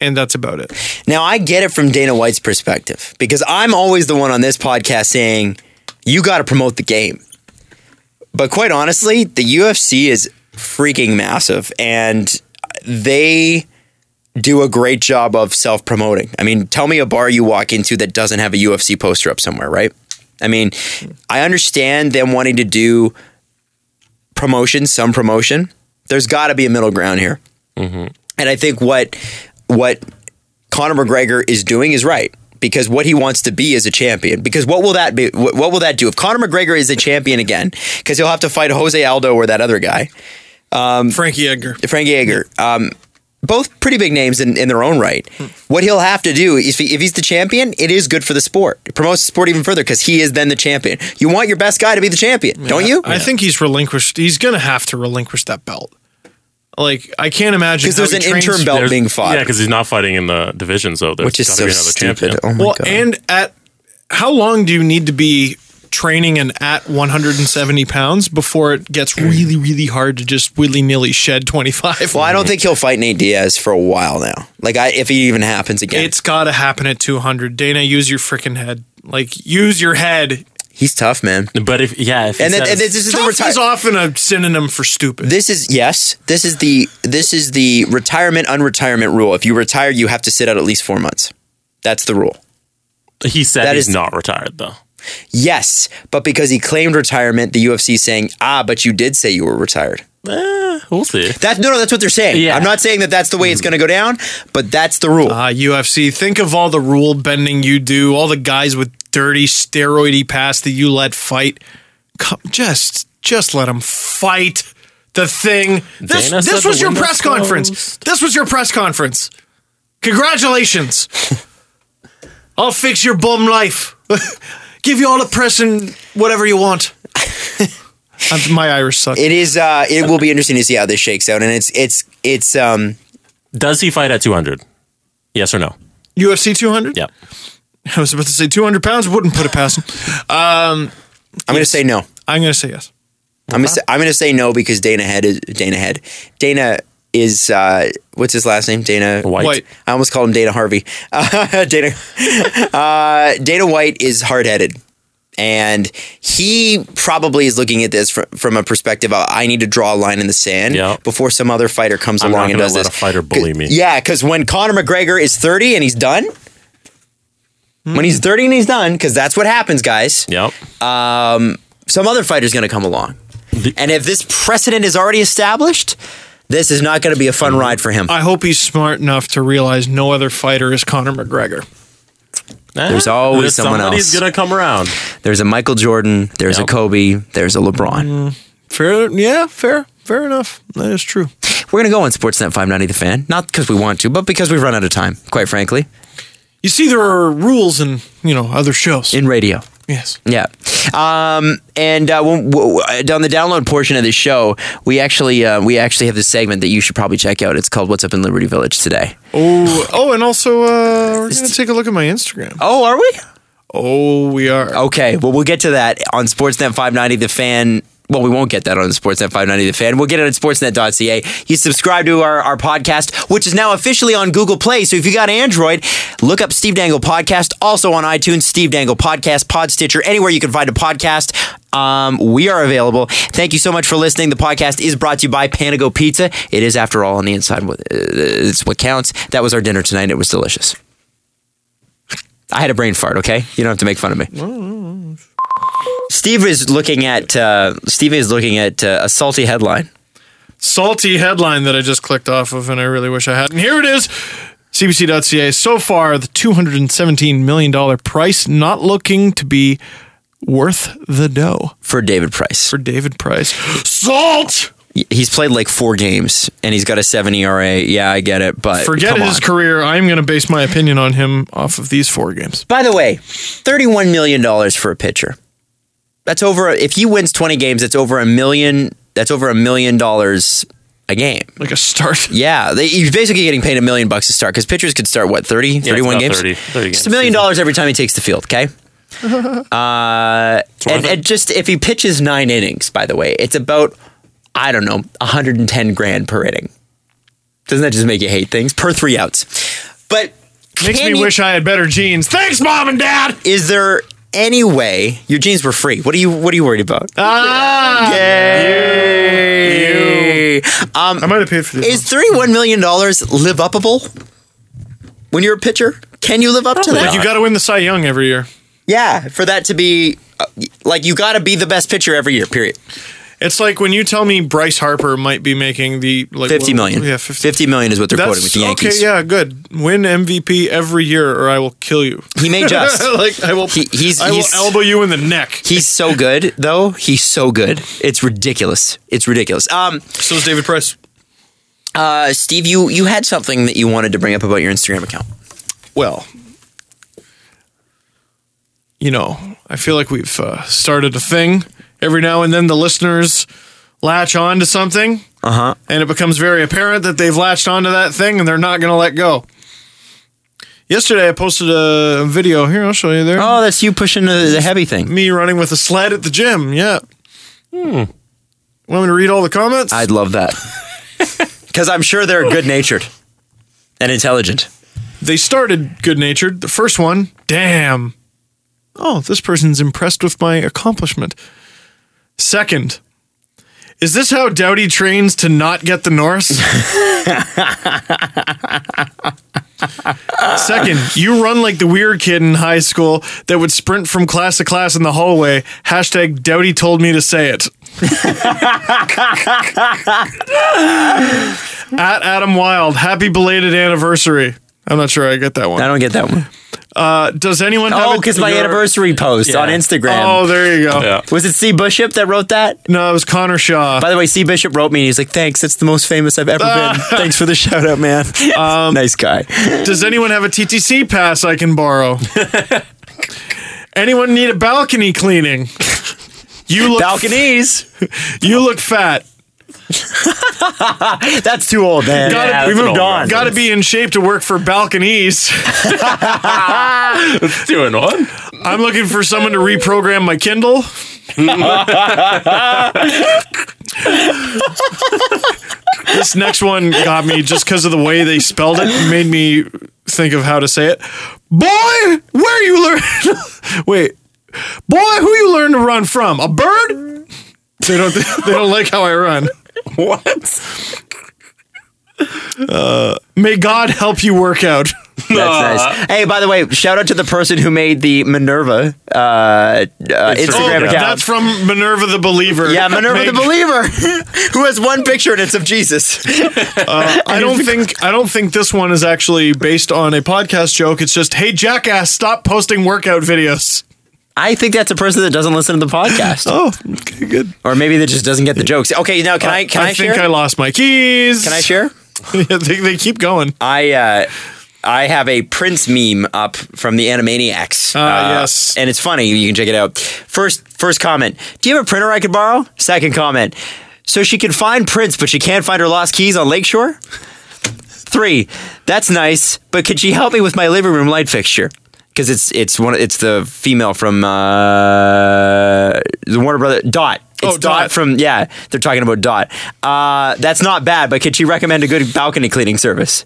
And that's about it. Now I get it from Dana White's perspective because I'm always the one on this podcast saying you got to promote the game. But quite honestly, the UFC is freaking massive and they do a great job of self-promoting. I mean, tell me a bar you walk into that doesn't have a UFC poster up somewhere, right? I mean, I understand them wanting to do promotion, some promotion. There's got to be a middle ground here. And I think what what Conor McGregor is doing is right because what he wants to be is a champion. Because what will that be? What, what will that do if Conor McGregor is a champion again? Because he'll have to fight Jose Aldo or that other guy, Mm. Frankie Edgar. Frank Yeager. Um, both pretty big names in, in their own right. What he'll have to do if, he, if he's the champion, it is good for the sport. It promotes the sport even further because he is then the champion. You want your best guy to be the champion, don't you? I think he's relinquished. He's going to have to relinquish that belt. Like, I can't imagine. Because how there's he an trains- interim belt There's- being fought, Yeah, because he's not fighting in the division, so there's which is gotta so be another stupid. champion. Oh my Well, god! and at how long do you need to be training and at 170 pounds before it gets really, really hard to just willy nilly shed 25? Mm. well, I don't think he'll fight Nate Diaz for a while now. Like, I, if he even happens again, It's got to happen at 200. Dana, use your freaking head. Like, use your head. he's tough, man. But if yeah, if he and, then, says, and this is the Tough is retirement. often a synonym for stupid. This is yes. This is the this is the retirement unretirement rule. If you retire, you have to sit out at least four months. That's the rule. he said that he's is- not retired though. Yes, but because he claimed retirement, the UFC is saying, ah, but you did say you were retired. Eh, we'll see. That no, no, that's what they're saying. Yeah. I'm not saying that that's the way it's going to go down, but that's the rule. Ah, UFC, think of all the rule bending you do, all the guys with dirty, steroidy past that you let fight. Come, just, just let them fight the thing. This, Dana this said was the your window's press conference. closed. This was your press conference. (laughs) Congratulations. I'll fix your bum life. (laughs) Give you all the press and whatever (laughs) you want. I'm- My Irish sucks. it is. Uh, it will be interesting to see how this shakes out, and it's it's it's um Does he fight at 200? Yes or no? UFC 200? Yeah. I was about to say 200 pounds. Wouldn't put it past him. I'm going to say no. I'm going to say yes. I'm Uh-huh. gonna say, I'm gonna say no because Dana Head is Dana Head. Dana is uh, what's his last name? Dana White. White. I almost called him Dana Harvey. (laughs) Uh, Dana (laughs) uh, Dana White is hard headed, and he probably is looking at this from, from a perspective of I need to draw a line in the sand Yeah. before some other fighter comes I'm not along and gonna does let this. a fighter bully me. Yeah, because when Conor McGregor is 30 and he's done. When Hmm. he's 30 and he's done, because that's what happens, guys Yep. some other fighter's going to come along. The- and if this precedent is already established, this is not going to be a fun ride for him. I hope he's smart enough to realize no other fighter is Conor McGregor. There's always someone Eh, Somebody's else. gonna come around. There's a Michael Jordan. There's Yep. a Kobe. There's a LeBron. Fair, yeah, fair, fair enough. That is true. We're gonna go on Sportsnet 590 The Fan, not because we want to, but because we've run out of time. Quite frankly, You see, there are rules in you know other shows. in radio. yes. Yeah. Um, and uh, when, w- w- on the download portion of the show, we actually uh, we actually have this segment that you should probably check out. It's called "What's Up in Liberty Village Today." Oh, oh, and also uh, we're gonna take a look at my Instagram. Oh, are we? Oh, we are. Okay. Well, we'll get to that on Sportsnet 590 The Fan. Well, we won't get that on Sportsnet 590 The Fan. We'll get it at sportsnet.ca. You subscribe to our, our podcast, which is now officially on Google Play. So if you got Android, look up Steve Dangle Podcast, also on iTunes, Steve Dangle Podcast, Pod Stitcher, anywhere you can find a podcast. Um, we are available. Thank you so much for listening. The podcast is brought to you by Panago Pizza. It is, after all, on the inside. what- uh, It's what counts. That was our dinner tonight. It was delicious. I had a brain fart, okay? You don't have to make fun of me. Steve is looking at uh, Steve is looking at uh, a salty headline. Salty headline that I just clicked off of, and I really wish I hadn't. Here it is. CBC.ca. So far, the $217 million price not looking to be worth the dough for David Price. for David Price. (gasps) Salt! He's played like four games and he's got a seven ERA. Yeah, I get it, but Forget come his on. career. I'm going to base my opinion on him off of these four games. By the way, thirty-one million dollars for a pitcher. That's over. If he wins twenty games, that's over a million. That's over a million dollars a game. Like a start. Yeah, they, he's basically getting paid a million bucks to start because pitchers could start what 30, it's 31 about games, 30, 30 Just a games. million dollars every time he takes the field. Okay. Uh, worth and, it. and just if he pitches nine innings, by the way, it's about I don't know, 110 grand per inning. Doesn't that just make you hate things per three outs? But (laughs) Makes can me you- wish I had better genes. Thanks, mom and dad. Is there any way your jeans were free? What are you What are you worried about? Ah, Yay. Um, I might have paid for this. is 31 million dollars live upable when you're a pitcher? Can you live up to that? like you got to win the Cy Young every year. yeah, for that to be uh, like you got to be the best pitcher every year. Period. It's like when you tell me Bryce Harper might be making the like Fifty what- million. Yeah, 50, fifty. million is what they're quoting with the Yankees. okay. Yeah, good. Win MVP every year, or I will kill you. He (laughs) may just. (laughs) like I will. He- he's- I will he's- elbow you in the neck. He's so good, though. He's so good. It's ridiculous. It's ridiculous. Um, So is David Price. uh, Steve, you you had something that you wanted to bring up about your Instagram account. Well, you know, I feel like we've uh, started a thing. Every now and then, the listeners latch on to something, uh-huh. and it becomes very apparent that they've latched onto that thing and they're not going to let go. Yesterday, I posted a video. Here, I'll show you there. Oh, that's you pushing the, the heavy thing. Me running with a sled at the gym. Yeah. Want me to read all the comments? Hmm. I'd love (laughs) that because I'm sure they're good natured and intelligent. they started good natured. The first one, damn. Oh, this person's impressed with my accomplishment. Second, is this how Doughty trains to not get the Norse? (laughs) Second, you run like the weird kid in high school that would sprint from class to class in the hallway. Hashtag Doughty told me to say it. (laughs) At Adam Wild, happy belated anniversary. I'm not sure I get that I one. don't get that one. Uh, does anyone have Oh, a- because my your- anniversary post on Instagram. Oh, there you go. Was it C. Bishop that wrote that? No, it was Connor Shaw. By the way, C. Bishop wrote me and he's like, thanks, that's the most famous I've ever been. (laughs) Thanks for the shout out, (laughs) man. Um, nice guy. Does anyone have a TTC pass I can borrow? anyone need a balcony cleaning? You look Balconies. you look fat. That's too old, man. Gotta- Yeah, we that's moved an old on. Got to be in shape to work for balconies. Doing on. I'm looking for someone to reprogram my Kindle. this next one got me just because of the way they spelled it. It Made me think of how to say it. Boy, where you learn? (laughs) Wait, boy, who you learn to run from? A bird? They don't. They don't like how I run. What? Uh, May God help you work out. That's nice. Hey, by the way, shout out to the person who made the Minerva uh, uh, Instagram account. That's from Minerva the Believer. yeah, Minerva the Make- Believer, (laughs) who has one picture and it's of Jesus. Uh, I don't think I don't think this one is actually based on a podcast joke. It's just, hey jackass, stop posting workout videos. I think that's a person that doesn't listen to the podcast, Oh, okay, good. (laughs) or maybe that just doesn't get the jokes. Okay, now can I can I, think share? I lost my keys. can I (laughs) share? they, they keep going. I uh, I have a Prince meme up from the Animaniacs. Uh, Ah, yes. and it's funny. You can check it out. First, first comment: Do you have a printer I could borrow? Second comment: So she can find Prince, but she can't find her lost keys on Lakeshore. Three: That's nice, but could she help me with my living room light fixture? Because it's it's one it's the female from uh, the Warner Brother Dot. It's Oh, Dot, Dot. from yeah. They're talking about Dot. Uh, that's not bad, but could she recommend a good balcony cleaning service?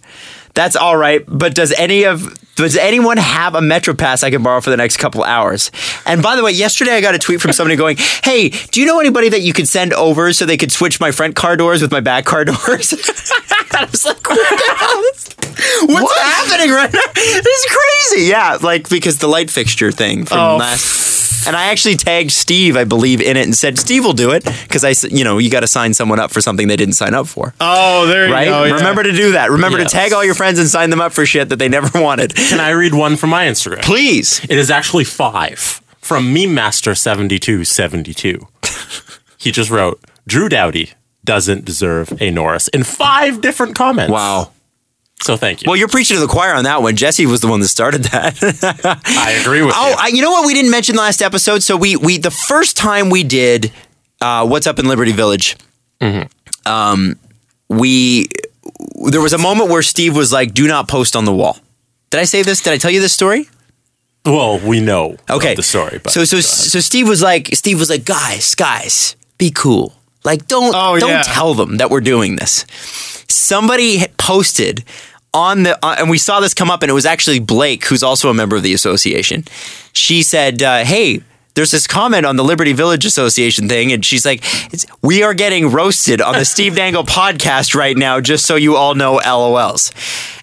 That's all right, but does any of does anyone have a Metro Pass I can borrow for the next couple hours? And by the way, yesterday I got a tweet from somebody going, "Hey, do you know anybody that you could send over so they could switch my front car doors with my back car (laughs) doors?" I was like, "What the hell is- What's happening right now? (laughs) This is crazy." Yeah, like because the light fixture thing from Oh, last. And I actually tagged Steve, I believe, in it and said, "Steve will do it," because I, s- you know, you got to sign someone up for something they didn't sign up for Oh, there you right? go. yeah. Remember to do that. Remember Yes. to tag all your friends and sign them up for shit that they never (laughs) wanted. Can I read one from my Instagram? Please. It is actually five from Meme Master (laughs) 7272. he just wrote, Drew Dowdy doesn't deserve a Norris in five different comments. So thank you. Well, you're preaching to the choir on that one. Jesse was the one that started that. I agree (laughs) with oh, you. I, you know what we didn't mention last episode? So we we the first time we did uh, what's up in Liberty Village, Mm-hmm. um, we there was a moment where Steve was like, "Do not post on the wall." Did I say this? Did I tell you this story? well, we know Okay. of the story, but so so so Steve was like Steve was like guys guys be cool like don't Oh, don't yeah. tell them that we're doing this. Somebody had posted on the uh, and we saw this come up and it was actually Blake who's also a member of the association. She said, uh, "Hey." There's this comment on the Liberty Village Association thing, and she's like, it's, "We are getting roasted on the Steve (laughs) Dangle podcast right now." Just so you all know, LOLs.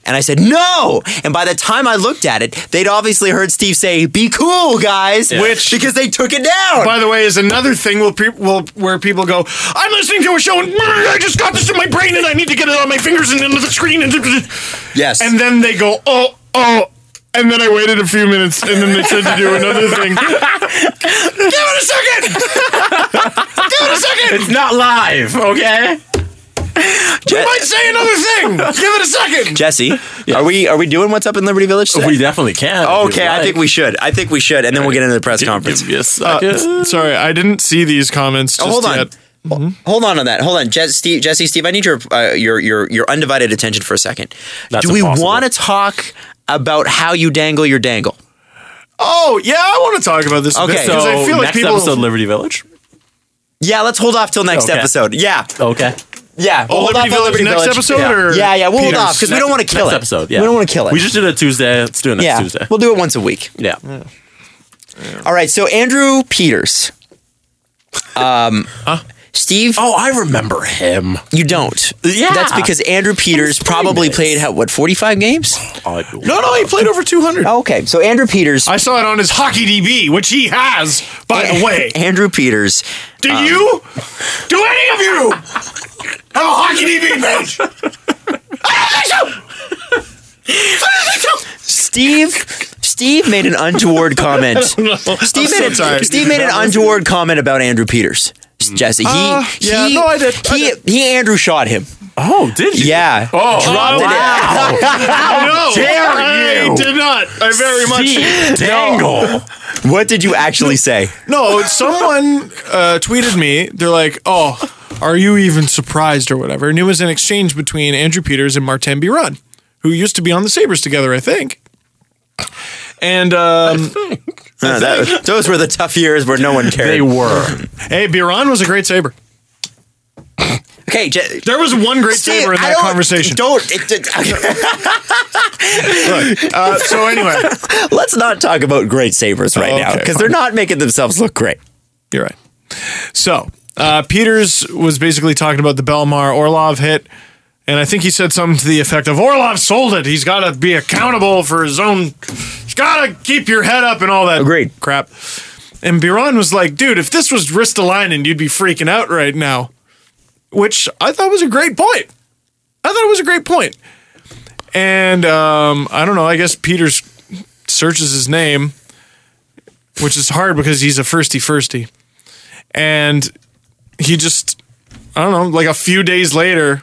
And I said, "No!" And by the time I looked at it, they'd obviously heard Steve say, "Be cool, guys," Which- because they took it down. by the way, is another thing will pe- will where people go, I'm listening to a show and I just got this in my brain and I need to get it on my fingers and into the screen and (laughs) yes, and then they go, oh oh, and then I waited a few minutes and then they said to do another thing. (laughs) Give it a second. Give it a second. it's not live, okay? You might say another thing. Give it a second. Jesse, are we are we doing what's up in Liberty Village? today? We definitely can. if okay, you'd I like. think Uh, we should. I think we should, and then we'll get into the press Give conference. me a second. Uh, Sorry, I didn't see these comments. Oh, Just hold on. Yet. Ho- Hold on on that. Hold on, Jess, Steve, Jesse, Steve. I need your uh, your your your undivided attention for a second. That's Do we impossible. want to talk about how you dangle your dangle? Oh yeah, I want to talk about this. a bit, Okay. because So I feel like next people. episode, Liberty Village. Yeah, let's hold off till next Okay. episode. Yeah, Okay. yeah. Oh, We'll hold Liberty off on Village next episode, yeah. or yeah, yeah. We'll Peter's? hold off because we don't want to kill next it. episode. Yeah. We don't want to kill it. We just did it Tuesday. Let's do it next yeah. Tuesday. We'll do it once a week. yeah. All right, so Andrew Peters. Um, Steve, Oh, I remember him. you don't. Yeah. That's because Andrew Peters probably minutes. played how, what forty five games. I- No, no, he played over 200. Oh, okay, so Andrew Peters. I saw it on his hockey DB, which he has, by (laughs) the way. Andrew Peters. Do Um, you? Do any of you have a hockey DB page? Steve. Steve made an untoward (laughs) comment. Steve I'm so made, an- tired. Steve (laughs) made an untoward comment about Andrew Peters. Jesse, he, Uh, yeah, he, no, I did. I he, did. he, Andrew shot him. Oh, did you? Yeah, Oh, dropped oh, it. (laughs) How (laughs) no, dare I you. did not. I very much. Steve Dangle. What did you actually (laughs) say? No, someone uh, tweeted me. They're like, "Oh, are you even surprised or whatever?" And it was an exchange between Andrew Peters and Martin Biron, who used to be on the Sabres together, I think. And um, (laughs) Uh, that- those were the tough years where no one cared. They were. hey, Biron was a great Sabre. Okay, Je- There was one great Steve, Sabre in I that don't- (laughs) conversation. Don't. It, it- Uh, so anyway, (laughs) let's not talk about great savers right Oh, now okay, because they're not making themselves look great. You're right. So uh, Peters was basically talking about the Belmar Orlov hit, And I think he said something to the effect of Orlov sold it. He's got to be accountable for his own. He's got to keep your head up and all that Agreed. crap. And Biron was like, dude, if this was Ristolainen, you'd be freaking out right now. Which I thought was a great point. I thought it was a great point. And um, I don't know. I guess Peters searches his name, which is hard because he's a firsty firsty. And he just, I don't know, like a few days later,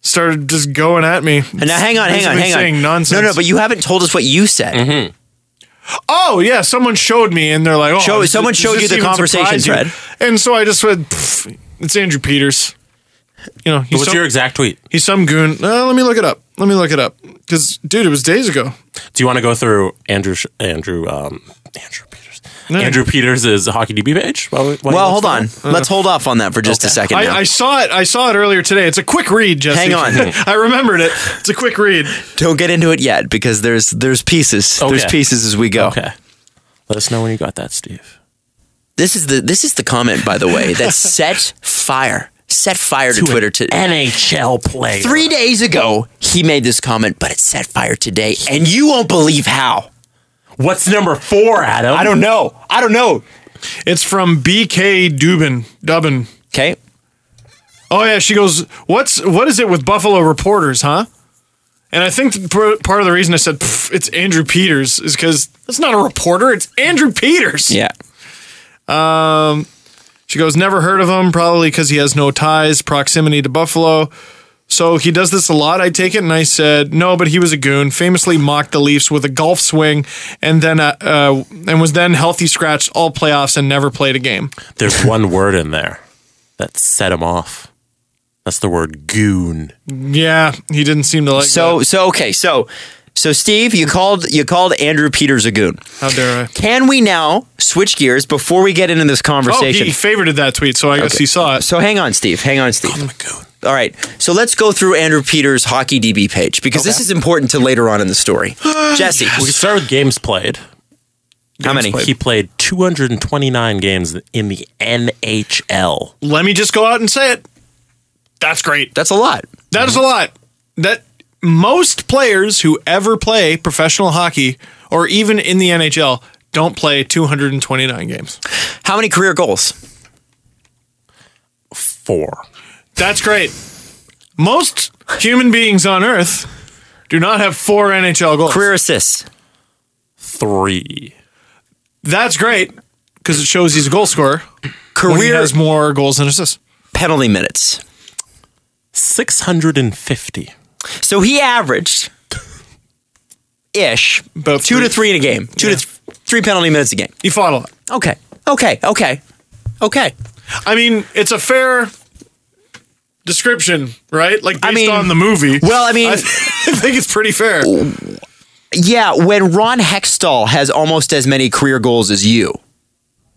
started just going at me. And now, hang on, hang on, Basically hang on. saying nonsense. Mm-hmm. No, no, but you haven't told us what you said. Oh yeah, someone showed me, and they're like, "Oh, Show- does- someone does showed this you the even conversation surprise you?" thread. And so I just went, "Pff, "It's Andrew Peters." You know, he's What's some, your exact tweet? he's some goon. Uh, let me look it up. Let me look it up because, dude, it was days ago. Do you want to go through Andrew Sh- Andrew um, Andrew Peters No. Andrew Peters' hockey DB page? While we- while Well, you look hold for on. that? Let's hold off on that for just a second. now. Uh-huh. I, I saw it. I saw it earlier today. It's a quick read, Jesse. Hang on. (laughs) I remembered it. It's a quick read. Don't get into it yet because there's there's pieces. There's Okay. pieces as we go. Okay, let us know when you got that, Steve. This is the this is the comment, by the way, (laughs) that set fire. Set fire to, Twitter today. NHL play Three days ago, he made this comment, but it set fire today, and you won't believe how. What's number four, Adam? I don't know. I don't know. It's from BK Dubin. Dubin. Okay. Oh yeah, she goes. What's what is it with Buffalo reporters, huh? And I think the pr- part of the reason I said "Pff, it's Andrew Peters is because that's not a reporter. It's Andrew Peters. Yeah. She goes, never heard of him, probably because he has no ties, proximity to Buffalo. So he does this a lot, I take it. And I said, no, but he was a goon, famously mocked the Leafs with a golf swing and then uh, uh, and was then healthy scratched all playoffs and never played a game. There's one word in there that set him off. That's the word goon. Yeah, he didn't seem to like So that. so okay so so Steve, you called you called Andrew Peters a goon. How dare I? Can we now switch gears before we get into this Oh, conversation? he favorited that tweet, so I guess he saw it. So hang on, Steve. Hang on, Steve. All right. So let's go through Andrew Peters' hockey DB page because this is important to later on in the (gasps) story. Jesse, We can start with games played. how many? He played 229 games in the NHL. Let me just go out and say it. That's great. That's a lot. That is Mm-hmm. a lot. That most players who ever play professional hockey or even in the NHL don't play 229 games. How many career goals? Four. That's great. Most human beings on earth do not have four NHL goals. Career assists. Three. That's great because it shows he's a goal scorer. When he Career has more goals than assists. penalty minutes. 650. So he (laughs) averaged ish About two three. to three in a game. Two to th- three penalty minutes a game. He fought a lot. Okay. Okay. Okay. Okay. I mean, it's a fair description, right? Like based mean- on the movie. Well, I mean- (laughs) I, I think it's pretty fair. Yeah, when Ron Hextall has almost as many career goals as you.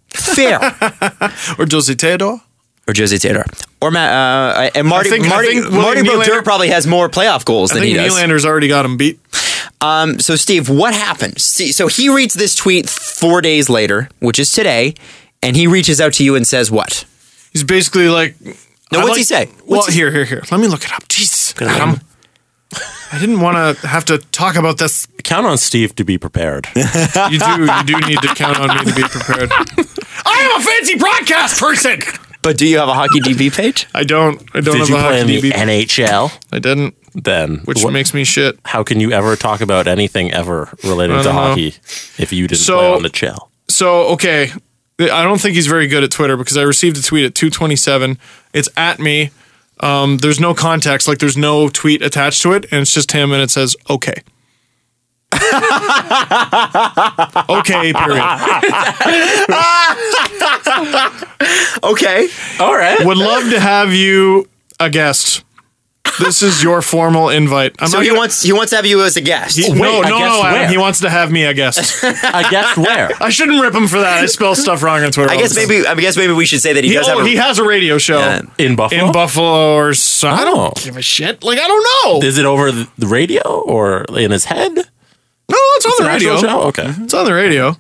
Fair. Or Josie Theodore. (laughs) or Jose Taylor, or Matt, uh, and Marty. I think- I Marty, think William Marty Nylander- Brodeur probably has more playoff goals I than he think does. Nylander's already got him beat. Um, so, Steve, what happened? See, so he reads this tweet four days later, which is today, and he reaches out to you and says, "What? He's basically like. No, I what's like- he say? Well, What's he- here, here, here. Let me look it up. Jeez, Adam. I didn't want to have to talk about this. Count on Steve to be (laughs) prepared. You do, you do need to count on me to be prepared. (laughs) I am a fancy broadcast person. But do you have a hockey DB page? I don't. I don't Did have you a play in hockey the DB. NHL? I didn't, Then, which what- makes me shit. how can you ever talk about anything ever related don't know. to hockey if you didn't So- play on the chill? So okay, I don't think he's very good at Twitter because I received a tweet at two twenty seven. It's at me. Um, there's no context, like there's no tweet attached to it, and it's just him, and it says okay. (laughs) okay, period. (laughs) Okay, All right. Would love to have you a guest. This is your formal invite. I'm so not he gonna- wants he wants to have you as a guest. He- wait, no, a no, guest no, Adam. where? He wants to have me a guest. I guess where? (laughs) I shouldn't rip him for that. I spell stuff wrong (laughs) on Twitter. I all guess the time. maybe I guess maybe we should say that he, He, does oh, have. A, he has a radio show In Buffalo? in Buffalo or some, I Oh. don't give a shit. Like I don't know. Is it over the the radio or in his head? No, it's on the an radio. Mm-hmm. actual show? Okay. It's on the radio.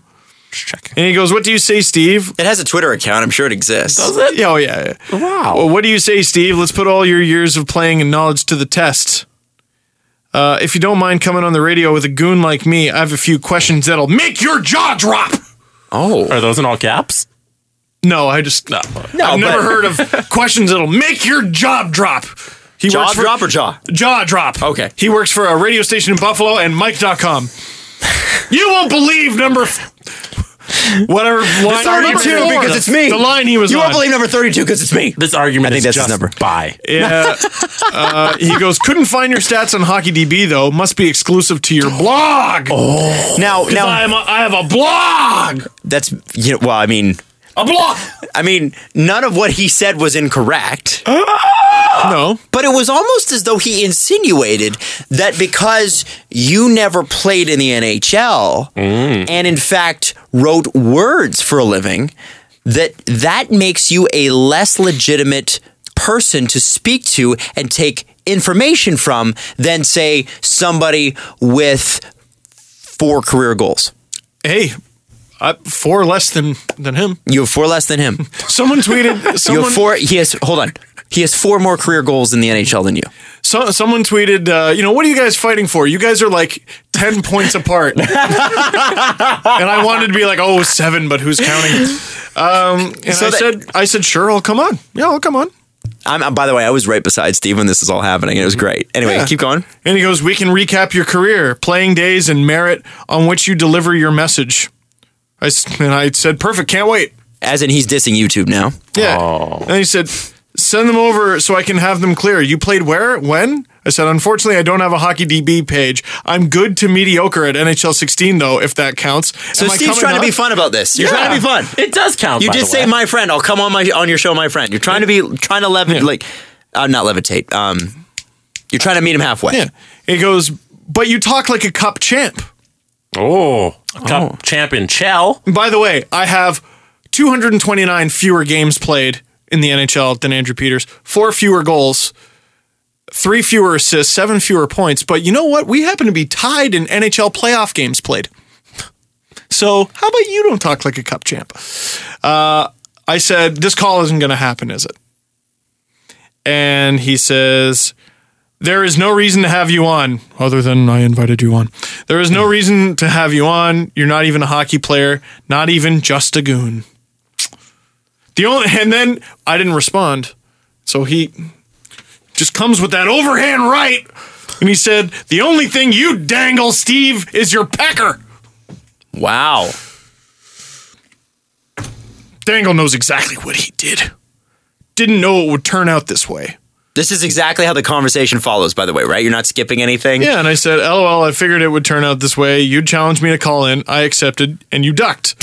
And he goes, What do you say, Steve? It has a Twitter account. I'm sure it exists. Does it? Yeah, Oh, yeah. yeah. Wow. Well, what do you say, Steve? Let's put all your years of playing and knowledge to the test. Uh, if you don't mind coming on the radio with a goon like me, I have a few questions that'll make your jaw drop. Oh. Are those in all caps? No, I just no. I've never heard of questions that'll make your jaw drop. He Jaw works for- drop or jaw? Jaw drop. Okay. He works for a radio station in Buffalo and (laughs) Mike.com. you won't believe number f- whatever line number 32 four, because the- it's me. The line he was You on. won't believe number 32 because it's me. This argument I think is that's his just number. by. Yeah. (laughs) Uh, he goes, couldn't find your stats on HockeyDB though. Must be exclusive to your blog. Oh, Now, now I, am a, I have a blog. that's you know, well. I mean, A blog. I mean, none of what he said was incorrect, no. but it was almost as though he insinuated that because you never played in the NHL and in fact wrote words for a living, that that makes you a less legitimate person to speak to and take information from than say somebody with four career goals. Hey, I, four less than than him. You have four less than him. Someone (laughs) tweeted. You Someone, have four. He has. Hold on. He has four more career goals in the NHL than you. so, someone tweeted. Uh, you know, what are you guys fighting for? You guys are like ten points apart. and I wanted to be like, oh, seven, but who's counting? Um, and I that- said, I said, sure, I'll come on. Yeah, I'll come on. I'm. uh, By the way, I was right beside Steve when this is all happening. It was great. Anyway, Yeah. keep going. And he goes, We can recap your career, playing days, and merit on which you deliver your message. I, s- and I said, Perfect, can't wait. As in, he's dissing YouTube now. Yeah. Oh. And he said, Send them over so I can have them clear. You played where? When? I said, Unfortunately, I don't have a hockey DB page. I'm good to mediocre at NHL 16, though, if that counts. So Am I Steve's coming trying to up? be fun about this. You're trying to be fun. It does count. You by did the way. say, "My friend, I'll come on my on your show, my friend." You're trying to be trying to levitate, like, uh, not levitate. Um, you're trying to meet him halfway. Yeah. He goes, But you talk like a cup champ. Oh, cup champion Chell. And by the way, I have 229 fewer games played in the NHL than Andrew Peters, four fewer goals, three fewer assists, seven fewer points. But you know what? We happen to be tied in NHL playoff games played. (laughs) So how about you don't talk like a cup champ? Uh, I said, this call isn't going to happen, is it? And he says, there is no reason to have you on other than I invited you on. There is no reason to have you on. You're not even a hockey player, not even just a goon. The only and then I didn't respond. So he just comes with that overhand right and he said, "The only thing you dangle, Steve, is your pecker." Wow. Dangle knows exactly what he did. Didn't know it would turn out this way. This is exactly how the conversation follows. By the way, right? You're not skipping anything. Yeah, and I said, "LOL, I figured it would turn out this way. You challenged me to call in. I accepted, and you ducked."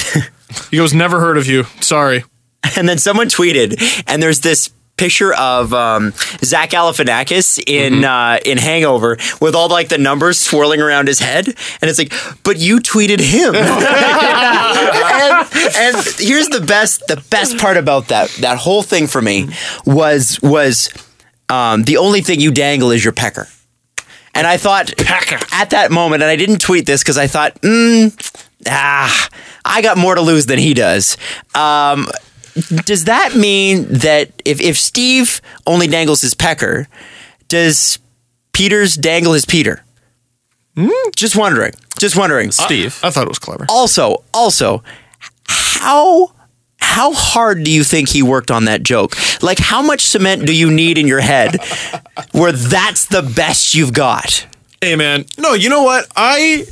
he goes, "Never heard of you. Sorry." (laughs) And then someone tweeted, and there's this picture of um, Zach Galifianakis in uh, in Hangover with all like the numbers swirling around his head, and it's like, but you tweeted him. (laughs) and, and here's the best the best part about that that whole thing for me was was um, the only thing you dangle is your pecker. And I thought at that moment, and I didn't tweet this because I thought, mm, ah, I got more to lose than he does. Um, does that mean that if, if Steve only dangles his pecker, does Peters dangle his Peter? Hmm, Just wondering. Just wondering. Steve. I thought it was clever. Also, also, how how hard do you think he worked on that joke? Like, how much cement do you need in your head where that's the best you've got? Hey, man. No, you know what? I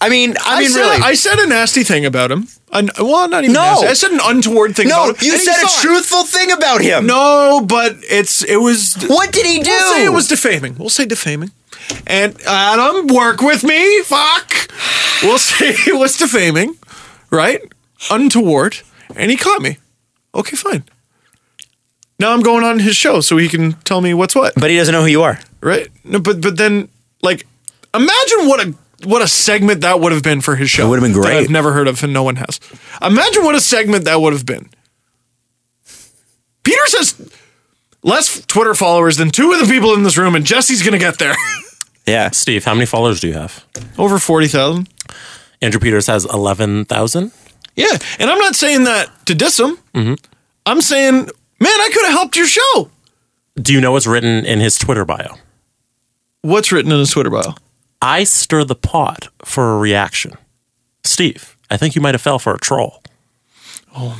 I mean, I, mean, said, really. I said a nasty thing about him. An, well, not even No. nasty. I said an untoward thing. no, about him, you and he said a saw it. truthful thing about him. No, but it's it was. What did he do? We'll say it was defaming. We'll say defaming. And Adam, work with me. Fuck. We'll say (laughs) it was defaming, right? Untoward. And he caught me. Okay, fine. Now I'm going on his show so he can tell me what's what. but he doesn't know who you are. Right? No, but but then like imagine what a what a segment that would have been for his show. It would've been great. I've never heard of and no one has. Imagine what a segment that would have been. Peters has less Twitter followers than two of the people in this room, and Jesse's gonna get there. (laughs) Yeah. Steve, how many followers do you have? Over forty thousand. Andrew Peters has 11,000. Yeah, and I'm not saying that to diss him. Mm-hmm. I'm saying, man, I could have helped your show. Do you know what's written in his Twitter bio? What's written in his Twitter bio? I stir the pot for a reaction. Steve, I think you might have fell for a troll.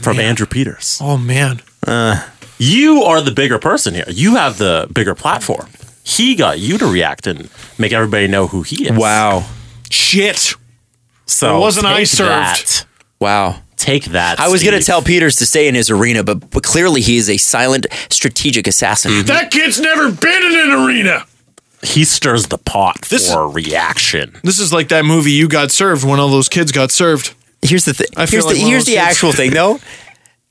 from Andrew Peters. Oh man, You are the bigger person here. You have the bigger platform. He got you to react and make everybody know who he is. Wow. shit! So It wasn't I take served. that. Wow. Take that. I was going to Steve. tell Peters to stay in his arena, but, but clearly he is a silent, strategic assassin. That kid's never been in an arena. he stirs the pot This- for a reaction. This is like that movie you got served when all those kids got served. Here's the thing. I feel Here's like the, one of here's those the kids. actual thing, though.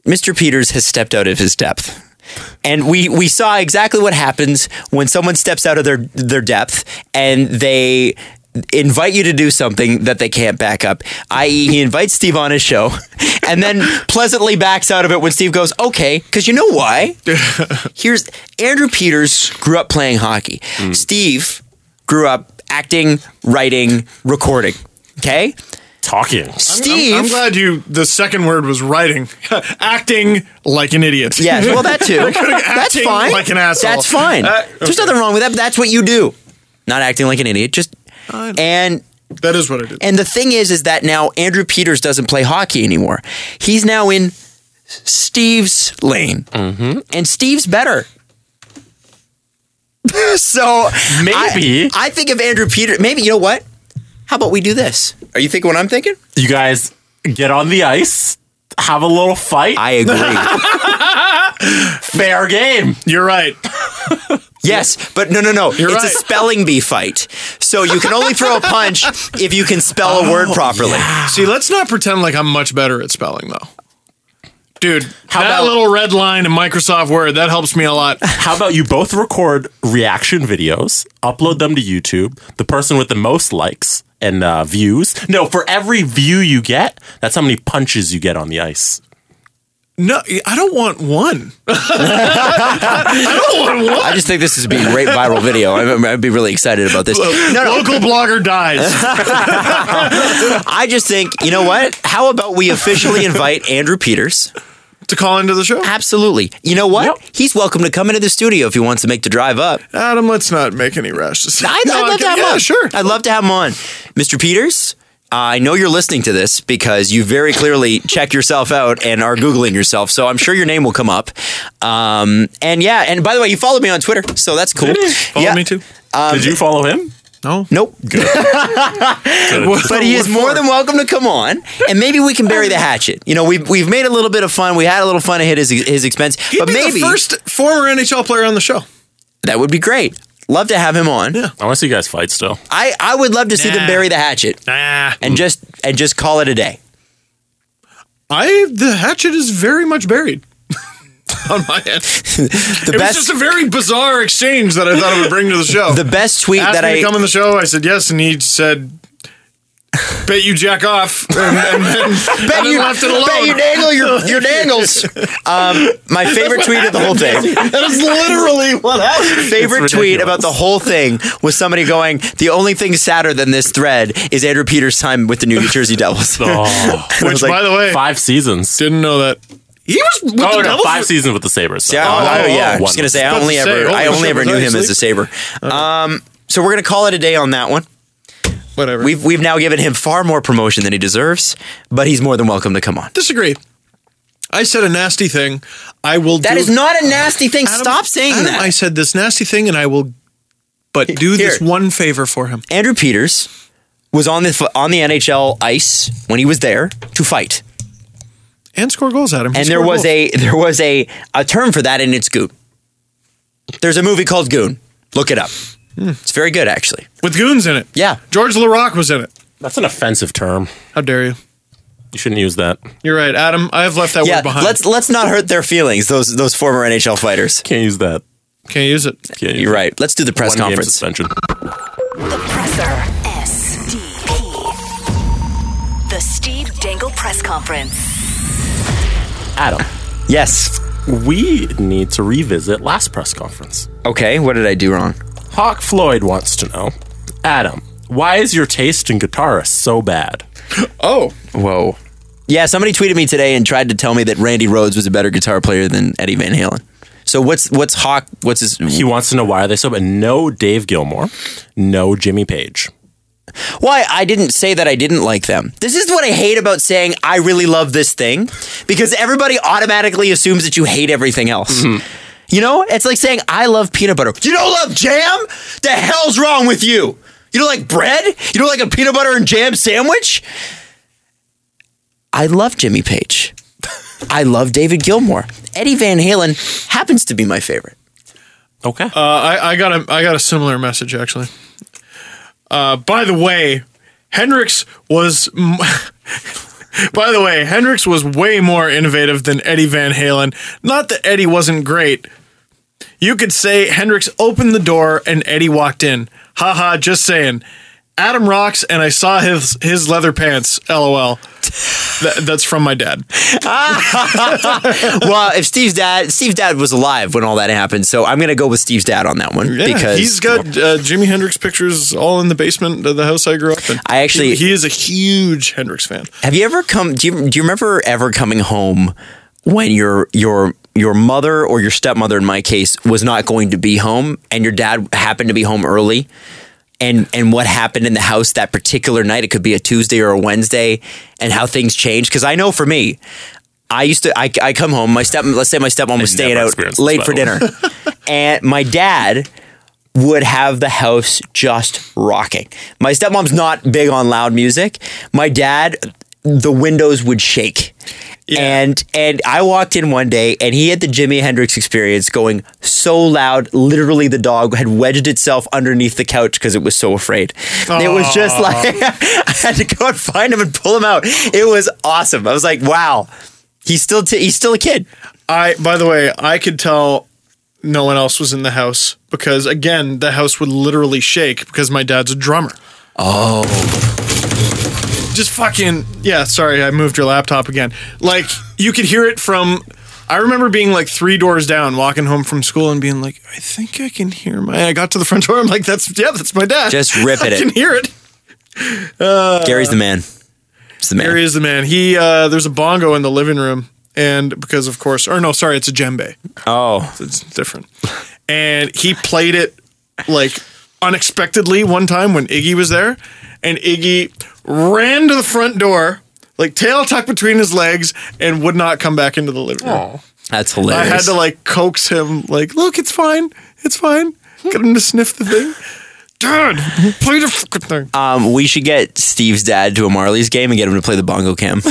Mr. Peters has stepped out of his depth. And we, we saw exactly what happens when someone steps out of their, their depth and they invite you to do something that they can't back up, i.e., he invites Steve on his show (laughs) and then pleasantly backs out of it when Steve goes, okay, because you know (laughs) why? Here's Andrew Peters grew up playing hockey, Mm. Steve grew up acting, writing, recording. Okay? Talking. Steve. I'm glad you. The second word was writing, (laughs) acting like (laughs) an idiot. Yeah, well, that (laughs) too. that's Acting fine. like an asshole. That's fine. Uh, There's nothing wrong with that. But that's what you do. Not acting like an idiot. Just and That is what it is. and the thing is, is that now Andrew Peters doesn't play hockey anymore. He's now in Steve's lane, Mm-hmm. and Steve's better. (laughs) so Maybe. I, I think of Andrew Peters. Maybe you know what? How about we do this? Are you thinking what I'm thinking? You guys get on the ice, have a little fight. I (laughs) agree. Fair game. You're right. Yes, but no, no, no. it's a right. spelling bee fight. So you can only throw a punch if you can spell a word properly. See, let's not pretend like I'm much better at spelling, though. Dude, How that about- little red line in Microsoft Word that helps me a lot. How about you both record reaction videos, upload them to YouTube? The person with the most likes and uh, views. No, for every view you get, that's how many punches you get on the ice. No, I don't want one. (laughs) I don't want one. I just think this would be a great viral video. I- I'd be really excited about this. Local blogger dies. (laughs) I just think, you know what? How about we officially invite Andrew Peters? (laughs) to call into the show. Absolutely. You know what? Yep. He's welcome to come into the studio if he wants to make the drive up. Adam, let's not make any rash decisions. I'd, No, I'd love okay, to have him yeah, on. sure. I'd love to have him on. Mr. Peters, I know you're listening to this because you very clearly check yourself out and are Googling yourself. So I'm sure your name will come up. Um, and yeah, and by the way, you followed me on Twitter. So that's cool. Follow yeah. me too. Um, Did you follow him? No. Nope. (laughs) But he is more than welcome to come on, and maybe we can bury the hatchet. You know, we've we've made a little bit of fun. We had a little fun at his his expense, He'd but be maybe the first former NHL player on the show. that would be great. Love to have him on. I want to see you guys fight still. I I would love to see them Nah. Mm. bury the hatchet Nah. and just and just call it a day. I the hatchet is very much buried (laughs) on my end. The it best. was just a very bizarre exchange that I thought I would bring to the show. the best tweet asked that me I to come on the show. I said yes, and he said, "Bet you jack off," (laughs) and, and (laughs) then, and then left it alone. bet you dangle (laughs) your, your dangles. Um, my favorite tweet of the whole thing. that is literally what happened. (laughs) Favorite It's tweet ridiculous. about the whole thing was somebody going, "The only thing sadder than this thread is Andrew Peters' time with the New Jersey (laughs) Devils." And (laughs) Oh, I was Which, like, by the way, five seasons. didn't know that he was with Oh, the no, Devils. five seasons with the Sabres. Yeah, Oh, I, oh, yeah. I'm one. just gonna say I About only to ever say, I holy only shit, ever was knew I him as asleep? a saber. Um, so we're gonna call it a day on that one. Whatever. We've we've now given him far more promotion than he deserves, but he's more than welcome to come on. disagreed. I said a nasty thing. I will. That do, is not a nasty thing. Adam- Stop saying Adam, that. I said this nasty thing, and I will. But do this Here. one favor for him. Andrew Peters was on the f- on the NHL ice when he was there to fight, and score goals at him. He and there scored was goals. a there was a a term for that, and it's goon. There's a movie called Goon. Look it up. It's very good, actually. with goons in it. Yeah. George LaRock was in it. That's an offensive term. How dare you? You shouldn't use that. You're right, Adam. I have left that Yeah, word behind. let's let's not hurt their feelings. Those those former NHL fighters. Can't use that. Can't use it. Can't use You're it. right. Let's do the press One game conference. suspension. The presser. SDP. The Steve Dangle Press Conference. Adam, Yes. we need to revisit last press conference. Okay, what did I do wrong? Hawk Floyd wants to know Adam, Why is your taste in guitarists so bad? Oh. Whoa. Yeah, somebody tweeted me today and tried to tell me that Randy Rhodes was a better guitar player than Eddie Van Halen. So what's what's Hawk? What's his? He wants to know why are they so bad. No Dave Gilmore, no Jimmy Page. Why I didn't say that I didn't like them. This is what I hate about saying I really love this thing, because everybody automatically assumes that you hate everything else. Mm-hmm. You know, it's like saying I love peanut butter. You don't love jam? The hell's wrong with you? You don't like bread? You don't like a peanut butter and jam sandwich? I love Jimmy Page. I love David Gilmour. Eddie Van Halen happens to be my favorite. Okay. Uh, I, I got a I got a similar message actually. Uh, by the way, Hendrix was. m- (laughs) by the way, Hendrix was way more innovative than Eddie Van Halen. Not that Eddie wasn't great. You could say Hendrix opened the door and Eddie walked in. Haha, just saying. Adam rocks and I saw his his leather pants. LOL. Th- that's from my dad. well, if Steve's dad, Steve's dad was alive when all that happened, so I'm gonna go with Steve's dad on that one Yeah, because he's got uh, Jimi Hendrix pictures all in the basement of the house I grew up in. I actually- he, he is a huge Hendrix fan. Have you ever come? Do you do you remember ever coming home when your your your mother or your stepmother, in my case, was not going to be home, and your dad happened to be home early, and and what happened in the house that particular night? It could be a Tuesday or a Wednesday, and how things changed. Because I know for me, I used to I, I come home. My step let's say my stepmom was staying never out experienced late this, for by the dinner, (laughs) and my dad would have the house just rocking. My stepmom's not big on loud music. My dad, the windows would shake. And and I walked in one day and he had the Jimi Hendrix experience going so loud, literally the dog had wedged itself underneath the couch because it was so afraid. It was just like (laughs) I had to go and find him and pull him out. It was awesome. I was like, wow. He's still t- he's still a kid. I, by the way, I could tell no one else was in the house because, again, the house would literally shake because my dad's a drummer. Oh. Just fucking, yeah, sorry, I moved your laptop again. Like, you could hear it from. I remember being like three doors down, walking home from school, and being like, "I think I can hear my." I got to the front door. I'm like, "That's yeah, that's my dad." Just rip at (laughs) I it. can hear it. Gary's the man. He's the man. Uh, Gary is the man. He uh, there's a bongo in the living room, and because of course, or no, sorry, it's a djembe. oh. it's different. And he played it like unexpectedly one time when Iggy was there, and Iggy ran to the front door, like tail tucked between his legs, and would not come back into the living room. That's I hilarious. had to like coax him, like, look, it's fine, it's fine. Get him to sniff the thing. Dad, play the fucking thing. Um, we should get Steve's dad to a Marley's game and get him to play the bongo cam.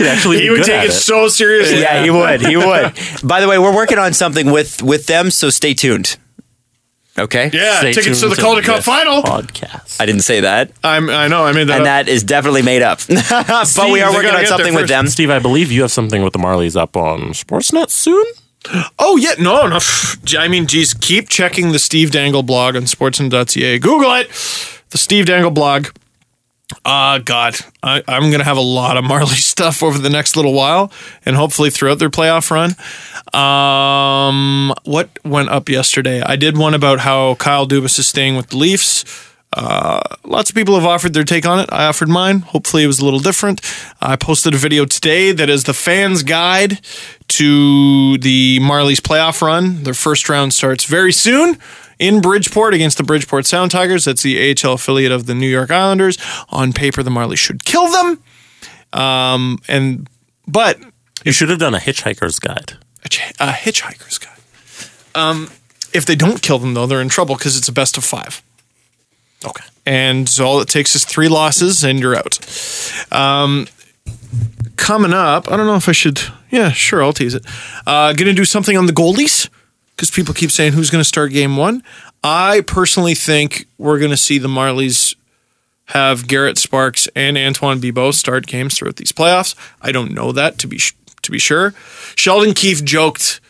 Actually, he would take it, so seriously. yeah, (laughs) he would. He would. By the way, we're working on something with with them, so stay tuned. Okay. Yeah, tickets to the Calder Cup final. podcast. I didn't say that, I'm, I know, I made that. and up. that is definitely made up. (laughs) but we are they working gotta on Uh-huh. get there something with first. them. (laughs) Steve, I believe you have something with the Marleys up on Sportsnet soon. Oh yeah, no, no. I mean, geez, keep checking the Steve Dangle blog on Sportsnet.ca. Google it, the Steve Dangle blog. Uh, God, I, I'm gonna have a lot of Marley (laughs) stuff over the next little while, and hopefully throughout their playoff run. Um, what went up yesterday? I did one about how Kyle Dubas is staying with the Leafs. Uh, lots of people have offered their take on it. I offered mine. Hopefully, it was a little different. I posted a video today that is the fans' guide to the Marlies playoff run. Their first round starts very soon in Bridgeport against the Bridgeport Sound Tigers. That's the AHL affiliate of the New York Islanders. On paper, the Marlies should kill them. Um, and but You should have done a hitchhiker's guide. a, ch- a hitchhiker's guide. Um, if they don't kill them though, they're in trouble because it's a best of five. Okay. and so all it takes is three losses and you're out. Um, coming up, I don't know if I should. Yeah, sure, I'll tease it. Uh, gonna do something on the goalies because people keep saying who's gonna start game one. I personally think we're gonna see the Marlies have Garrett Sparks and Antoine Bebo start games throughout these playoffs. I don't know that to be sh- to be sure. Sheldon Keefe joked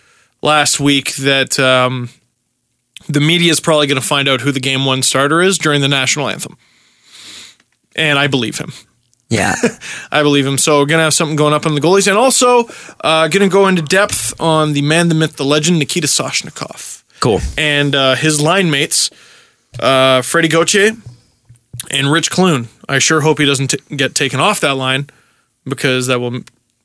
last week that. Um, the media is probably going to find out who the game one starter is during the national anthem. And I believe him. Yeah. I believe him. So we're gonna have something going up on the goalies, and also uh, gonna go into depth on the man, the myth, the legend, Nikita Soshnikov, Cool. and uh, his line mates, uh, Freddie Gauthier, and Rich Clune. I sure hope he doesn't t- get taken off that line because that will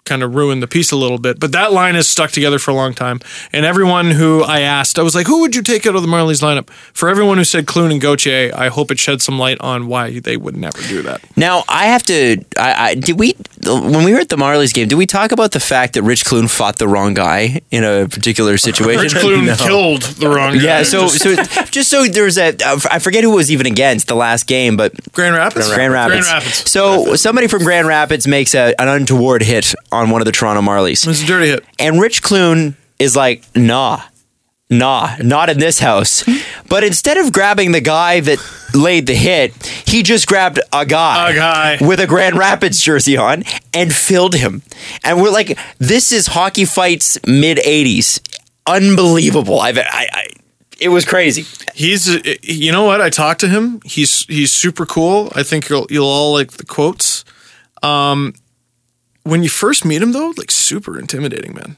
kind of ruin the piece a little bit. But that line is stuck together for a long time. And everyone who I asked, I was like, who would you take out of the Marlies lineup? For everyone who said Clune and Gauthier, I hope it shed some light on why they would never do that. Now I have to. I, I did we when we were at the Marlies game. Did we talk about the fact that Rich Clune fought the wrong guy in a particular situation? Rich (laughs) Clune No. killed the wrong guy. Yeah, so Just- so just so there was that. I forget who it was even against the last game, but Grand Rapids? Grand Rapids. Grand Rapids. So somebody from Grand Rapids makes a, an untoward hit on one of the Toronto Marlies. It's a dirty hit. And Rich Clune is like, nah, nah, not in this house. Hmm? But instead of grabbing the guy that laid the hit, he just grabbed a guy, A guy. with a Grand Rapids jersey on and filled him. And we're like, this is hockey fights mid 80s. Unbelievable. I've, I, I, it was crazy. He's, you know what? I talked to him. He's he's super cool. I think you'll you'll all like the quotes. Um, when you first meet him though, like super intimidating, man.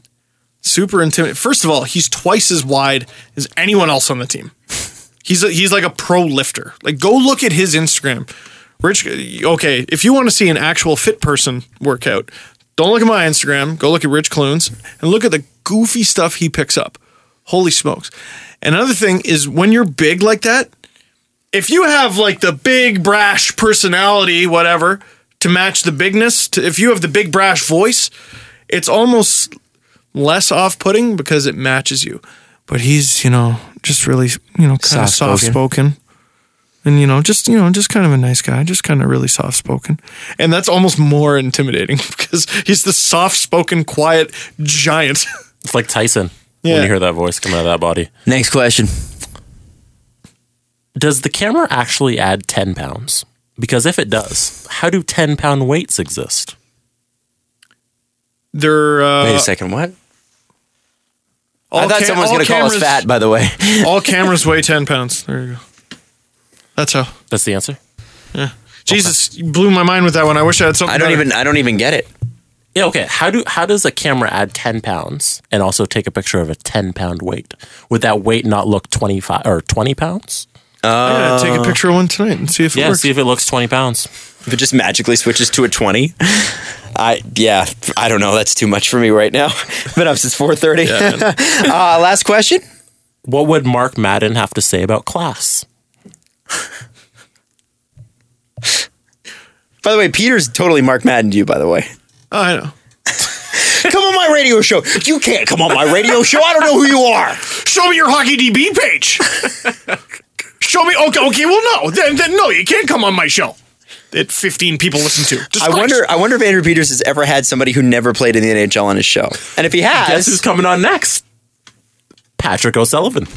Super intimidating. First of all, he's twice as wide as anyone else on the team. He's a, he's like a pro lifter. Like go look at his Instagram. Rich, okay, if you want to see an actual fit person workout, don't look at my Instagram. Go look at Rich Clunes and look at the goofy stuff he picks up. Holy smokes. And another thing is when you're big like that, if you have like the big brash personality, whatever, to match the bigness, to, if you have the big brash voice, it's almost less off putting because it matches you. But he's, you know, just really, you know, kind of Soft-spoken. soft spoken. And, you know, just, you know, just kind of a nice guy, just kind of really soft spoken. And that's almost more intimidating (laughs) because he's the soft spoken, quiet giant. (laughs) It's like Tyson Yeah. when you hear that voice come out of that body. Next question. Does the camera actually add 10 pounds? Because if it does, how do 10 pound weights exist? They're, uh, Wait a second, what? all I thought ca- someone was all going to call us cameras- fat, by the (laughs) way. All cameras weigh 10 pounds. There you go. That's how. That's the answer? Jesus, you blew my mind with that one. I wish I had something. I don't better. even, I don't even get it. Yeah, okay. How do how does a camera add 10 pounds and also take a picture of a 10 pound weight? Would that weight not look 25 or 20 pounds? Yeah, uh, take a picture of one tonight and see if it Yeah, works. see if it looks 20 pounds. if it just magically switches to a 20 i yeah i don't know that's too much for me right now (laughs) been up since 4.30 (laughs) uh, last question What would Mark Madden have to say about class? by the way peter's totally mark madden to you by the way oh, I know. (laughs) come on my radio show you can't come on my radio show i don't know who you are Show me your hockey DB (laughs) page. Show me. Okay, okay. Well, no, then, then no, you can't come on my show. That fifteen people listen to. Jesus i Christ. wonder i wonder if andrew peters has ever had somebody who never played in the nhl on his show and if he Guess who's has coming on next? Patrick O'Sullivan.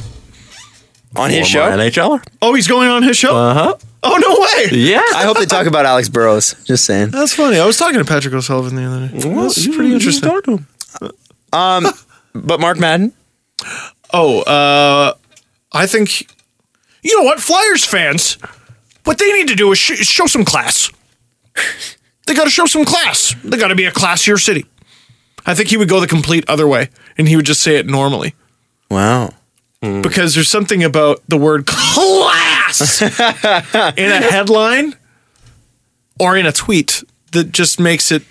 on his Former show NHLer. Oh, he's going on his show. Uh huh. Oh no way. (laughs) Yeah. i hope they talk about alex burrows just saying That's funny. I was talking to Patrick O'Sullivan the other day. That's pretty interesting. Um, but mark madden Oh, uh, I think you know what Flyers fans. What they need to do is sh- show some class. They got to show some class. They got to be a classier city. I think he would go the complete other way, and he would just say it normally wow because there's something about the word class in a headline or in a tweet that just makes it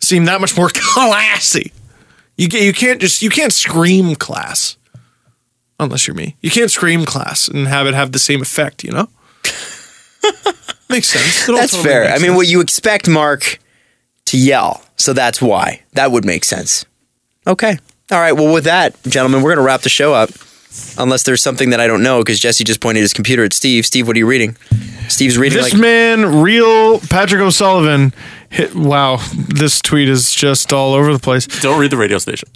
seem that much more (laughs) classy. You ca- you can't just you can't scream class unless you're me. You can't scream class and have it have the same effect, you know? (laughs) makes sense. It all That's totally fair. makes I mean, sense. what you expect Mark to yell, so that's why that would make sense. Okay. All right. Well, with that, gentlemen, we're going to wrap the show up. Unless there's something that I don't know, because Jesse just pointed his computer at Steve. Steve, what are you reading? Steve's reading this like man, real Patrick O'Sullivan, hit, wow, this tweet is just all over the place. Oh, Don't read the radio station.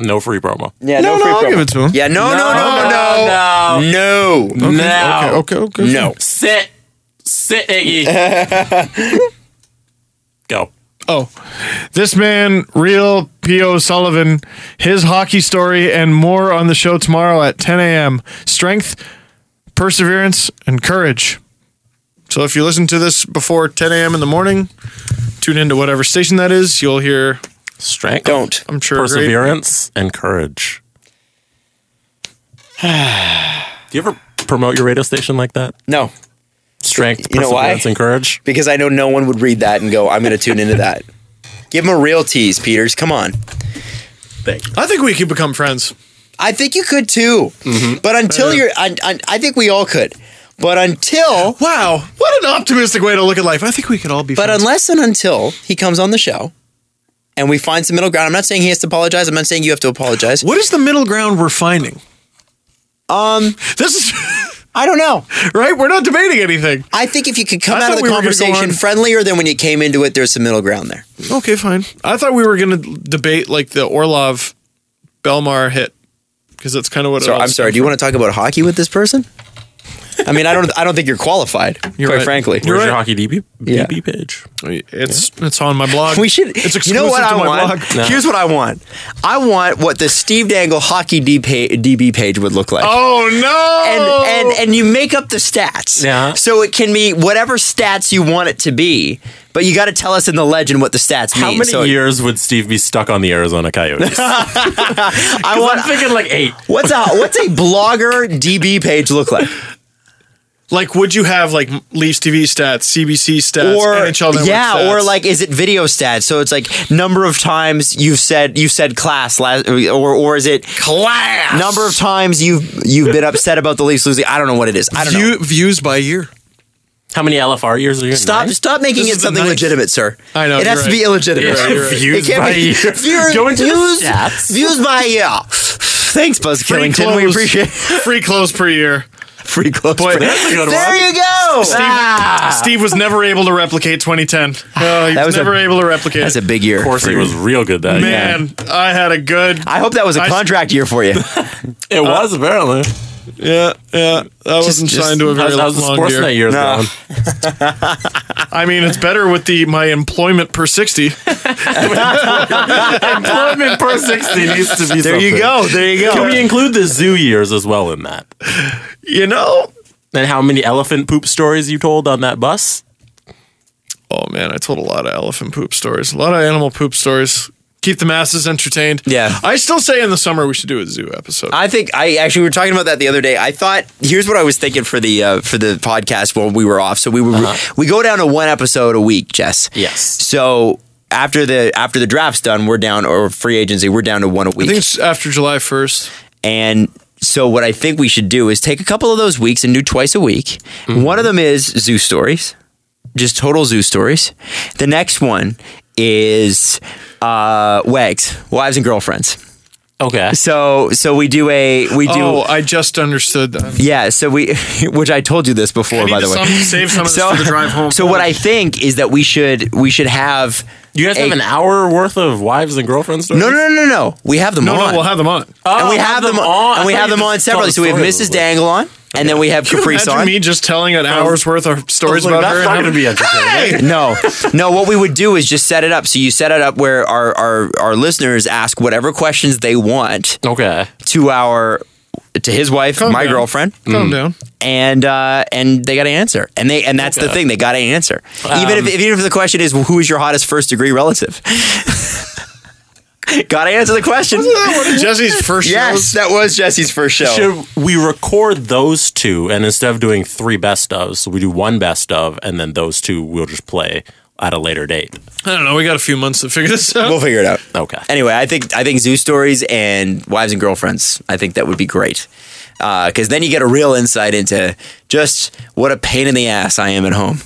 No free promo. yeah, no, no, I'll give it to him. Yeah, no, no, no, no, no, no, no. no. Okay, okay, okay. Sit. Sit, Iggy. (laughs) Go. Oh, this man, real P.O. Sullivan, his hockey story and more on the show tomorrow at 10 a.m. Strength, perseverance, and courage. So if you listen to this before 10 a.m. in the morning, tune into whatever station that is. You'll hear, Strength. Don't. I'm sure, great- Perseverance and (sighs) courage. Do you ever promote your radio station like that? No. Strength, You know why? perseverance, and courage. Because I know no one would read that and go, I'm going to tune into that. Give him a real tease, Peters. Come on. I think we could become friends. I think you could too. Mm-hmm. But until you're, I, I, I think we all could. But until, Wow, what an optimistic way to look at life. I think we could all be but friends. unless and until he comes on the show and we find some middle ground, I'm not saying he has to apologize. I'm not saying you have to apologize. what is the middle ground we're finding? Um, this is Um, I don't know. (laughs) right. We're not debating anything. I think if you could come I out of thought the we were gonna go conversation on- friendlier than when you came into it, there's some middle ground there. Okay, fine. I thought we were going to debate like the Orlov Belmar hit because that's kind of what. So it all I'm sorry. Do you want to talk about hockey with this person? I mean, I don't. I don't think you're qualified. (laughs) You're quite right. frankly, You're Where's right. your hockey DB, Yeah. DB page? Oh, It's it's on my blog. we should. It's exclusive you know what to I my want? blog. Here's what I want. I want what the Steve Dangle hockey D pa- DB page would look like. Oh and, no! and and you make up the stats. Yeah. So it can be whatever stats you want it to be, but you got to tell us in the legend what the stats How mean. many So years would Steve be stuck on the Arizona (laughs) Coyotes? I want. I'm thinking like eight. What's a what's a blogger DB page look like? like, would you have like Leafs TV stats, CBC stats, or NHL Network yeah, stats? or like is it video stats? So it's like number of times you've said you said class last, or or is it class number of times you've you've been upset about the Leafs losing? I don't know what it is. I don't know. View, views by year. How many LFR years are you? in? Stop! Nine? Stop making This it is the something ninth. legitimate, sir. I know, it has you're to be right. illegitimate. You're right, you're right. It Views can't by be year. views- Go into the views- stats. Views by uh, year. Thanks, Buzz Killington. We clothes. appreciate (laughs) Free clothes per year. (laughs) free close. friends. that's a good there one. you go. Steve was never able to replicate 2010. Uh, he Ah. That was, was a- never able to replicate. That's it. a big year. Of course, he was real good that year. Man, I had a good. I hope that was a I- contract year for you. It was apparently. Yeah, yeah. I wasn't just- signed to a very How's, how's the long sports year. night years No. going? I mean, it's better with the my employment per (laughs) sixty. Employment per sixty needs to be. There you something. go. There you Can go. we include the zoo years as well in that? You know. And how many elephant poop stories you told on that bus? Oh man, I told a lot of elephant poop stories, a lot of animal poop stories. Keep the masses entertained. Yeah. I still say in the summer we should do a zoo episode. (laughs) I think I actually we were talking about that the other day. I thought here's what I was thinking for the uh, for the podcast when we were off. So we were we go down to one episode a week, Jess. Yes. So after the after the draft's done, we're down or free agency, we're down to one a I week. think it's after July first. and so what I think we should do is take a couple of those weeks and do twice a week. Mm-hmm. One of them is zoo stories, just total zoo stories. The next one is uh, wags, wives and girlfriends. Okay. So so we do a we do Oh, I just understood that. yeah, so we, (laughs) which I told you this before, by the way. Some- save some of this so, for the drive (laughs) home. so what I think is that we should we should have you guys have Hey. an hour worth of wives and girlfriends stories? no no no no no we have them no, on no, we'll have them on. and we Oh, have them, on I and we thought have you them just on told separately. the So we have story Mrs. a little Dangle on, and then we have Caprice Imagine on. me just telling an hour's worth of stories like, about her. that's and not having- gonna be entertaining. (laughs) no, no. What we would do is just set it up. So you set it up where our our, our listeners ask whatever questions they want Okay. to our to his wife, Calm my down. girlfriend, Calm down. and uh, and they got to answer, and they and that's the Okay. Um, thing they got to answer. even if even if the question is well, who is your hottest first degree relative, (laughs) got to answer the question. Jesse's first Yes, that was Jesse's first Oh. show. Should we record those two and instead of doing three best ofs, we do one best of and then those two we'll just play at a later date. I don't know. We got a few months to figure this out. We'll figure it out. Okay. Anyway, I think I think zoo stories and wives and girlfriends. I think that would be great because then you get a real insight into just what a pain in the ass I am at home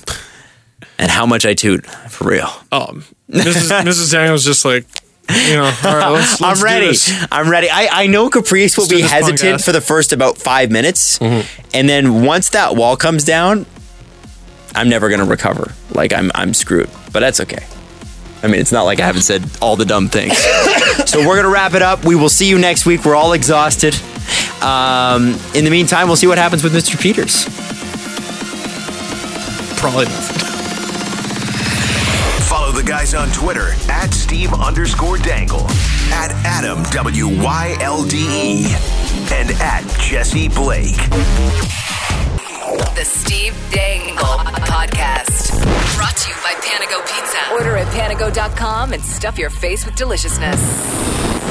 and how much I toot for real. Um, Mrs. Mrs. Daniels just like, you know, all right, let's, (laughs) let's I'm do ready. this. I'm ready. I, I know Caprice will Let's do be this hesitant podcast. Mm-hmm. for the first about five minutes, and then once that wall comes down, I'm never gonna recover. Like I'm I'm screwed. But that's okay. I mean, it's not like I haven't said all the dumb (laughs) things. so we're gonna wrap it up. We will see you next week. We're all exhausted. Um, in the meantime, we'll see what happens with Mr. Peters. Probably not. Follow the guys on Twitter at Steve underscore Dangle, at Adam W Y L D E, and at Jesse Blake. The Steve Dangle Podcast. Brought to you by Panago Pizza. Order at panago.com and stuff your face with deliciousness.